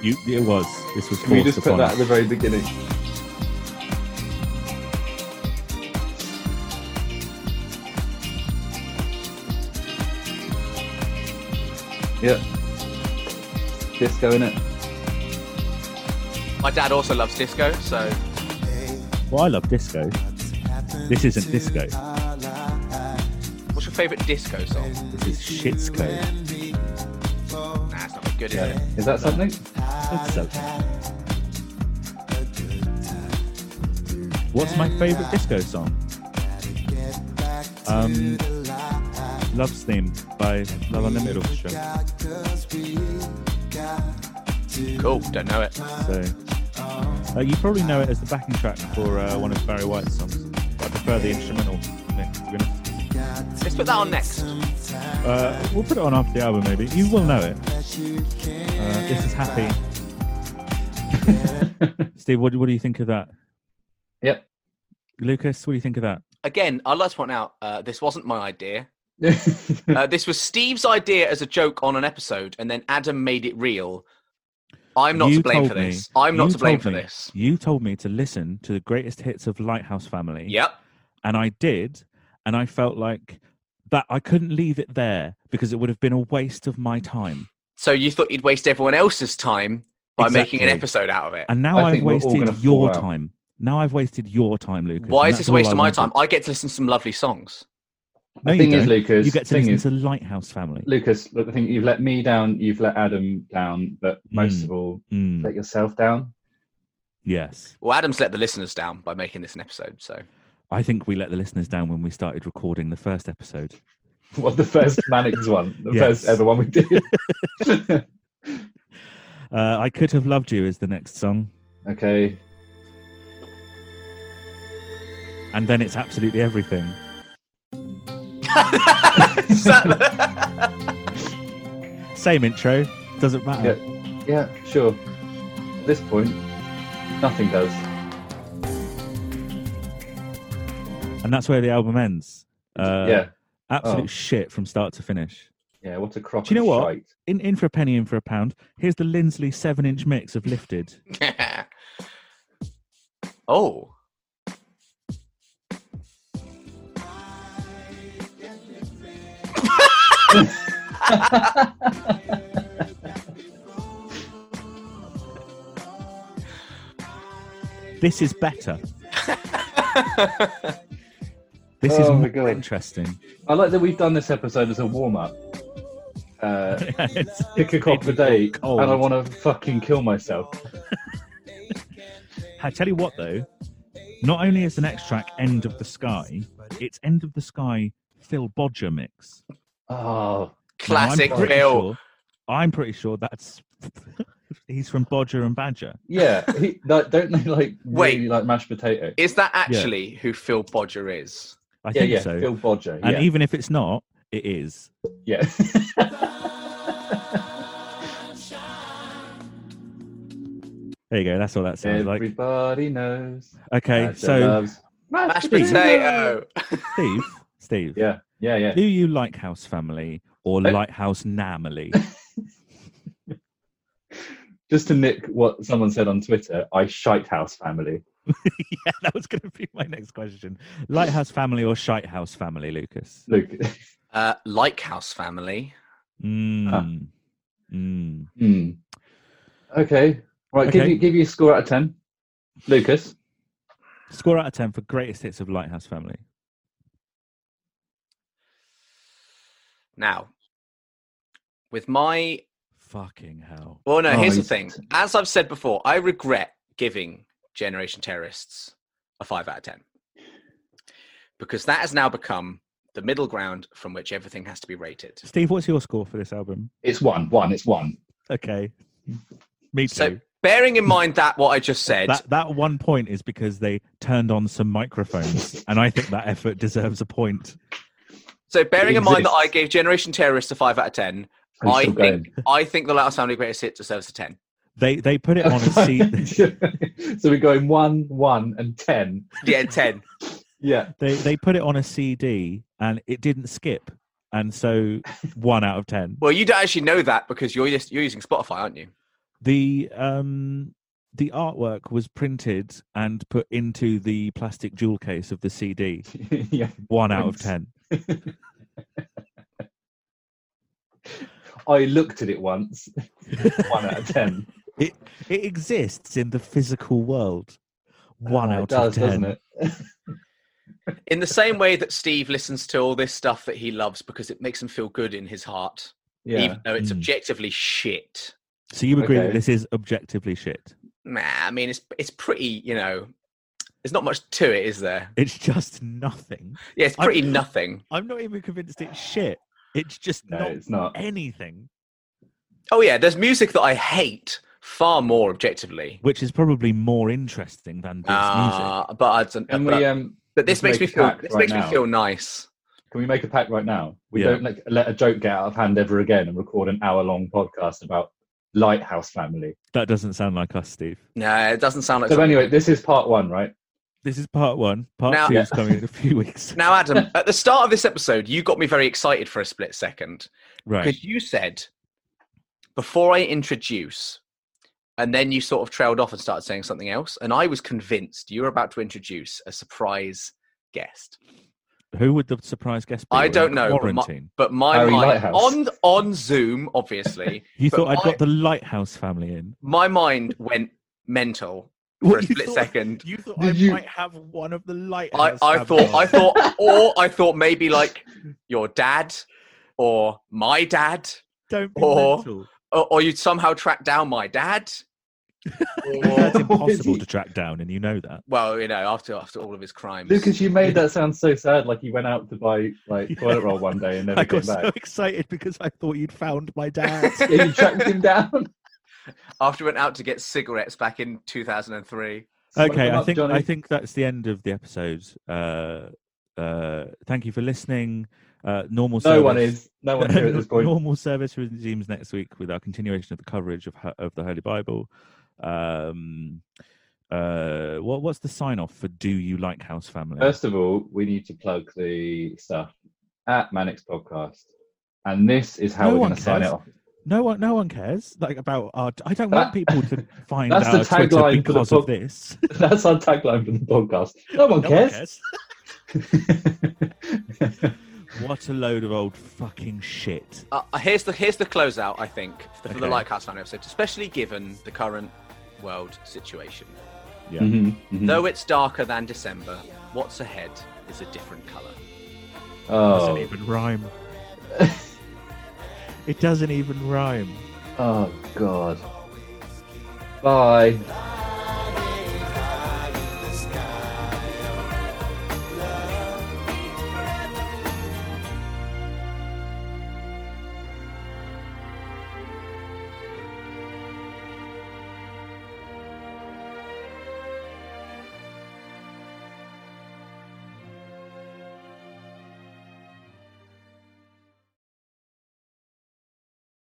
[SPEAKER 2] You, it was. This was
[SPEAKER 3] Can we
[SPEAKER 2] forced
[SPEAKER 3] just put
[SPEAKER 2] upon
[SPEAKER 3] that
[SPEAKER 2] us.
[SPEAKER 3] at the very beginning? Yeah. Disco in it.
[SPEAKER 4] My dad also loves disco, so
[SPEAKER 2] Well, I love disco. This isn't disco.
[SPEAKER 4] what's your favourite disco song?
[SPEAKER 2] This is shit's code.
[SPEAKER 4] Nah, it's not good, is
[SPEAKER 3] Yeah.
[SPEAKER 4] it?
[SPEAKER 3] Is that something?
[SPEAKER 2] It's so- What's my favourite disco song? Um, Love's Theme by Love Unlimited Orchestra.
[SPEAKER 4] Cool, don't know it.
[SPEAKER 2] So uh, you probably know it as the backing track for uh, one of Barry White's songs. But I prefer the instrumental mix. to be honest.
[SPEAKER 4] Let's put that on next.
[SPEAKER 2] Uh, we'll put it on after the album, maybe. You will know it. Uh, this is happy. Steve, what, do- what do you think of that?
[SPEAKER 3] Yep.
[SPEAKER 2] Lucas, what do you think of that?
[SPEAKER 4] Again, I'd like to point out uh, this wasn't my idea. Uh, this was Steve's idea as a joke on an episode, and then Adam made it real. I'm not
[SPEAKER 2] You
[SPEAKER 4] to blame
[SPEAKER 2] told
[SPEAKER 4] for
[SPEAKER 2] me-
[SPEAKER 4] this. I'm not
[SPEAKER 2] you
[SPEAKER 4] to blame
[SPEAKER 2] told
[SPEAKER 4] for
[SPEAKER 2] me-
[SPEAKER 4] this.
[SPEAKER 2] You told me to listen to the greatest hits of Lighthouse Family.
[SPEAKER 4] Yep.
[SPEAKER 2] and I did, and I felt like that I couldn't leave it there because it would have been a waste of my time.
[SPEAKER 4] So you thought you'd waste everyone else's time by making an
[SPEAKER 2] Exactly.
[SPEAKER 4] episode out of it.
[SPEAKER 2] And now
[SPEAKER 3] I
[SPEAKER 2] I have
[SPEAKER 3] think we're all gonna
[SPEAKER 2] wasted
[SPEAKER 3] fall
[SPEAKER 2] your
[SPEAKER 3] out.
[SPEAKER 2] time. Now I've wasted your time, Lucas.
[SPEAKER 4] Why
[SPEAKER 2] and
[SPEAKER 4] is
[SPEAKER 2] that's
[SPEAKER 4] this a
[SPEAKER 2] all
[SPEAKER 4] waste
[SPEAKER 2] I
[SPEAKER 4] of my
[SPEAKER 2] wanted.
[SPEAKER 4] time? I get to listen to some lovely songs.
[SPEAKER 2] No,
[SPEAKER 3] the
[SPEAKER 2] you
[SPEAKER 3] thing is,
[SPEAKER 2] don't.
[SPEAKER 3] Lucas.
[SPEAKER 2] you get to
[SPEAKER 3] thing
[SPEAKER 2] listen
[SPEAKER 3] is,
[SPEAKER 2] to Lighthouse Family.
[SPEAKER 3] Lucas. The thing you've let me down. You've let Adam down. But most
[SPEAKER 2] Mm.
[SPEAKER 3] of all,
[SPEAKER 2] Mm,
[SPEAKER 3] let yourself down.
[SPEAKER 2] yes,
[SPEAKER 4] Well, Adam's let the listeners down by making this an episode. So
[SPEAKER 2] I think we let the listeners down when we started recording the first episode.
[SPEAKER 3] Well, the first Mannix one, the
[SPEAKER 2] Yes.
[SPEAKER 3] first ever one we did.
[SPEAKER 2] Uh, I could have loved you is the next song,
[SPEAKER 3] okay.
[SPEAKER 2] and then it's absolutely everything. Same intro, doesn't matter.
[SPEAKER 3] Yeah, sure. At this point, nothing does.
[SPEAKER 2] And that's where the album ends. Uh,
[SPEAKER 3] yeah.
[SPEAKER 2] absolute
[SPEAKER 3] Oh.
[SPEAKER 2] shit from start to finish.
[SPEAKER 3] Yeah, what a crop
[SPEAKER 2] Do you
[SPEAKER 3] of
[SPEAKER 2] know what?
[SPEAKER 3] shite.
[SPEAKER 2] in, in for a penny, in for a pound. Here's the Lindsley seven inch mix of Lifted.
[SPEAKER 4] oh,
[SPEAKER 2] This is better. This is
[SPEAKER 3] Oh my
[SPEAKER 2] more
[SPEAKER 3] God.
[SPEAKER 2] interesting.
[SPEAKER 3] I like that we've done this episode as a warm up. Uh,
[SPEAKER 2] It's-
[SPEAKER 3] pick a cop
[SPEAKER 2] me
[SPEAKER 3] today,
[SPEAKER 2] feel
[SPEAKER 3] and I
[SPEAKER 2] cold.
[SPEAKER 3] want to fucking kill myself.
[SPEAKER 2] I tell you what, though, not only is the next track End of the Sky, it's End of the Sky Phil Bodger mix.
[SPEAKER 3] Oh,
[SPEAKER 2] Now, I'm
[SPEAKER 4] classic
[SPEAKER 2] pretty
[SPEAKER 4] Bill.
[SPEAKER 2] sure- I'm pretty sure that's. He's from Bodger and Badger.
[SPEAKER 3] yeah. He, like, don't they like
[SPEAKER 4] Wait.
[SPEAKER 3] really like mashed potato?
[SPEAKER 4] Is that actually who Phil Bodger is?
[SPEAKER 2] I
[SPEAKER 3] yeah,
[SPEAKER 2] think
[SPEAKER 3] yeah.
[SPEAKER 2] so.
[SPEAKER 3] Phil Bodger.
[SPEAKER 2] and
[SPEAKER 3] Yeah,
[SPEAKER 2] even if it's not, it is.
[SPEAKER 3] yeah.
[SPEAKER 2] There you go. That's all that sounds like.
[SPEAKER 3] Everybody knows.
[SPEAKER 2] Okay,
[SPEAKER 3] Mashed
[SPEAKER 2] so
[SPEAKER 3] loves mashed
[SPEAKER 4] Mashed
[SPEAKER 2] potato.
[SPEAKER 4] potato.
[SPEAKER 2] Steve, Steve,
[SPEAKER 3] Yeah, yeah, yeah.
[SPEAKER 2] Do you like House Family or
[SPEAKER 3] Oh.
[SPEAKER 2] Lighthouse Namely?
[SPEAKER 3] Just to nick what someone said on Twitter, I shite house family.
[SPEAKER 2] yeah, that was going to be my next question. Lighthouse Family or Shite House Family, Lucas?
[SPEAKER 3] Luke.
[SPEAKER 4] Uh, like House Family.
[SPEAKER 2] Mm.
[SPEAKER 3] Ah.
[SPEAKER 2] Mm.
[SPEAKER 3] Hmm. Okay. Right. Give
[SPEAKER 2] Okay.
[SPEAKER 3] you give you a score out of ten, Lucas.
[SPEAKER 2] Score out of 10 for greatest hits of Lighthouse Family.
[SPEAKER 4] Now, with my
[SPEAKER 2] Fucking hell.
[SPEAKER 4] well, no.
[SPEAKER 3] Oh,
[SPEAKER 4] here's the
[SPEAKER 3] he's-
[SPEAKER 4] thing. As I've said before, I regret giving Generation Terrorists a five out of ten because that has now become the middle ground from which everything has to be rated.
[SPEAKER 2] Steve, what's your score for this album?
[SPEAKER 3] It's one. One. It's one.
[SPEAKER 2] Okay. Me too.
[SPEAKER 4] So, bearing in mind that what I just said,
[SPEAKER 2] that, that one point is because they turned on some microphones, and I think that effort deserves a point.
[SPEAKER 4] so bearing in mind that I
[SPEAKER 3] exists.
[SPEAKER 4] gave Generation Terrorists a five out of ten,
[SPEAKER 3] I'm
[SPEAKER 4] I
[SPEAKER 3] still
[SPEAKER 4] think
[SPEAKER 3] going.
[SPEAKER 4] I think the Lighthouse Family Greatest Hits deserves a ten.
[SPEAKER 2] They they put it on a seat.
[SPEAKER 3] so we're going one, one, and ten.
[SPEAKER 4] Yeah, ten.
[SPEAKER 3] Yeah.
[SPEAKER 2] they they put it on a CD and it didn't skip, and so one out of ten.
[SPEAKER 4] Well, you don't actually know that because you're just, you're using Spotify, aren't you?
[SPEAKER 2] The um the artwork was printed and put into the plastic jewel case of the CD.
[SPEAKER 3] yeah.
[SPEAKER 2] One out of
[SPEAKER 3] Thanks.
[SPEAKER 2] ten.
[SPEAKER 3] I looked at it once. one out of ten.
[SPEAKER 2] It it exists in the physical world. One
[SPEAKER 4] Oh,
[SPEAKER 3] Ah, it
[SPEAKER 2] out
[SPEAKER 3] does,
[SPEAKER 2] of ten.
[SPEAKER 3] doesn't it?
[SPEAKER 4] In the same way that Steve listens to all this stuff that he loves because it makes him feel good in his heart,
[SPEAKER 3] Yeah. Hmm.
[SPEAKER 4] even though it's
[SPEAKER 2] Mm.
[SPEAKER 4] objectively shit.
[SPEAKER 2] So you agree that
[SPEAKER 3] Okay.
[SPEAKER 2] this is objectively shit?
[SPEAKER 4] Nah, I mean it's it's pretty, you know, there's not much to it, is there?
[SPEAKER 2] It's just nothing.
[SPEAKER 4] Yeah, it's
[SPEAKER 2] I-
[SPEAKER 4] pretty nothing.
[SPEAKER 2] I'm not even convinced it's shit. It's just
[SPEAKER 3] no,
[SPEAKER 2] not
[SPEAKER 3] it's not.
[SPEAKER 2] anything,
[SPEAKER 4] Oh yeah, there's music that I hate far more objectively.
[SPEAKER 2] which is probably more interesting than this music.
[SPEAKER 4] Uh, but I don't,
[SPEAKER 3] Can
[SPEAKER 4] but,
[SPEAKER 3] we um
[SPEAKER 4] but this
[SPEAKER 3] just
[SPEAKER 4] makes me
[SPEAKER 3] make a
[SPEAKER 4] feel
[SPEAKER 3] pact
[SPEAKER 4] this
[SPEAKER 3] right
[SPEAKER 4] makes me
[SPEAKER 3] now?
[SPEAKER 4] feel nice.
[SPEAKER 3] can we make a pact right now? We
[SPEAKER 2] Yeah.
[SPEAKER 3] don't like, let a joke get out of hand ever again and record an hour long podcast about Lighthouse Family.
[SPEAKER 2] That doesn't sound like us, Steve.
[SPEAKER 4] No, it doesn't sound like
[SPEAKER 3] So
[SPEAKER 4] something-
[SPEAKER 3] anyway, this is part one, right?
[SPEAKER 2] This is part one. Part
[SPEAKER 4] Now-
[SPEAKER 2] two is coming in a few weeks.
[SPEAKER 4] Now, Adam, at the start of this episode, you got me very excited for a split second because
[SPEAKER 2] right.
[SPEAKER 4] you said, before I introduce, and then you sort of trailed off and started saying something else. And I was convinced you were about to introduce a surprise guest.
[SPEAKER 2] Who would the surprise guest be?
[SPEAKER 4] I
[SPEAKER 2] We're in
[SPEAKER 4] don't know, but my-
[SPEAKER 2] Quarantine.
[SPEAKER 4] But my
[SPEAKER 3] Harry
[SPEAKER 4] mind,
[SPEAKER 3] Lighthouse.
[SPEAKER 4] on, on Zoom, obviously,
[SPEAKER 2] You
[SPEAKER 4] but
[SPEAKER 2] thought I'd
[SPEAKER 4] my-
[SPEAKER 2] got the Lighthouse family in.
[SPEAKER 4] my mind went mental for
[SPEAKER 2] What,
[SPEAKER 4] a
[SPEAKER 2] you
[SPEAKER 4] split
[SPEAKER 2] thought-
[SPEAKER 4] second.
[SPEAKER 2] You thought
[SPEAKER 3] Did you-
[SPEAKER 2] have one of the
[SPEAKER 4] I,
[SPEAKER 2] Lighthouse
[SPEAKER 4] I
[SPEAKER 2] family
[SPEAKER 4] thought,
[SPEAKER 2] in.
[SPEAKER 4] I thought, or I thought maybe like your dad or my dad.
[SPEAKER 2] don't
[SPEAKER 4] or-
[SPEAKER 2] mental.
[SPEAKER 4] or, or you'd somew track down my dad.
[SPEAKER 2] That's
[SPEAKER 4] Or,
[SPEAKER 2] impossible to track down, and you know that.
[SPEAKER 4] well, you know, after after all of his crimes,
[SPEAKER 3] Lucas, you made that sound so sad. Like you went out to buy like toilet roll one day and never
[SPEAKER 2] I
[SPEAKER 3] came
[SPEAKER 2] got
[SPEAKER 3] back.
[SPEAKER 2] so excited because I thought you'd found my dad.
[SPEAKER 3] Yeah, you tracked him down.
[SPEAKER 4] after he went out to get cigarettes back in 2003.
[SPEAKER 3] Look
[SPEAKER 2] okay,
[SPEAKER 3] him
[SPEAKER 2] I
[SPEAKER 3] up,
[SPEAKER 2] think
[SPEAKER 3] Johnny.
[SPEAKER 2] I think that's the end of the episode. Uh, uh, thank you for listening. Uh, normal.
[SPEAKER 3] No
[SPEAKER 2] service.
[SPEAKER 3] one is. No one's here at this point.
[SPEAKER 2] Normal service resumes next week with our continuation of the coverage of ho- of the Holy Bible. Um, uh, what what's the sign off for Do You Like House Family?
[SPEAKER 3] First of all, we need to plug the stuff at Manix Podcast, and this is how
[SPEAKER 2] No
[SPEAKER 3] we're
[SPEAKER 2] one
[SPEAKER 3] going to sign it
[SPEAKER 2] cares.
[SPEAKER 3] off.
[SPEAKER 2] no one no one cares like about our. I don't
[SPEAKER 3] That-
[SPEAKER 2] want people to find
[SPEAKER 3] that's
[SPEAKER 2] out
[SPEAKER 3] the
[SPEAKER 2] our Twitter
[SPEAKER 3] tagline for the
[SPEAKER 2] because of
[SPEAKER 3] pod-
[SPEAKER 2] this.
[SPEAKER 3] That's our tagline for the podcast. No one
[SPEAKER 2] No one
[SPEAKER 3] cares.
[SPEAKER 2] cares. What a load of old fucking shit.
[SPEAKER 4] Uh, uh, here's the here's the closeout. I think for the
[SPEAKER 2] Okay.
[SPEAKER 4] Lighthouse Family episode, especially given the current world situation.
[SPEAKER 2] Yeah.
[SPEAKER 3] Mhm, mhm.
[SPEAKER 4] Though it's darker than December, what's ahead is a different colour.
[SPEAKER 2] doesn't
[SPEAKER 3] Oh,
[SPEAKER 2] even rhyme. it doesn't even rhyme.
[SPEAKER 3] oh God. Bye.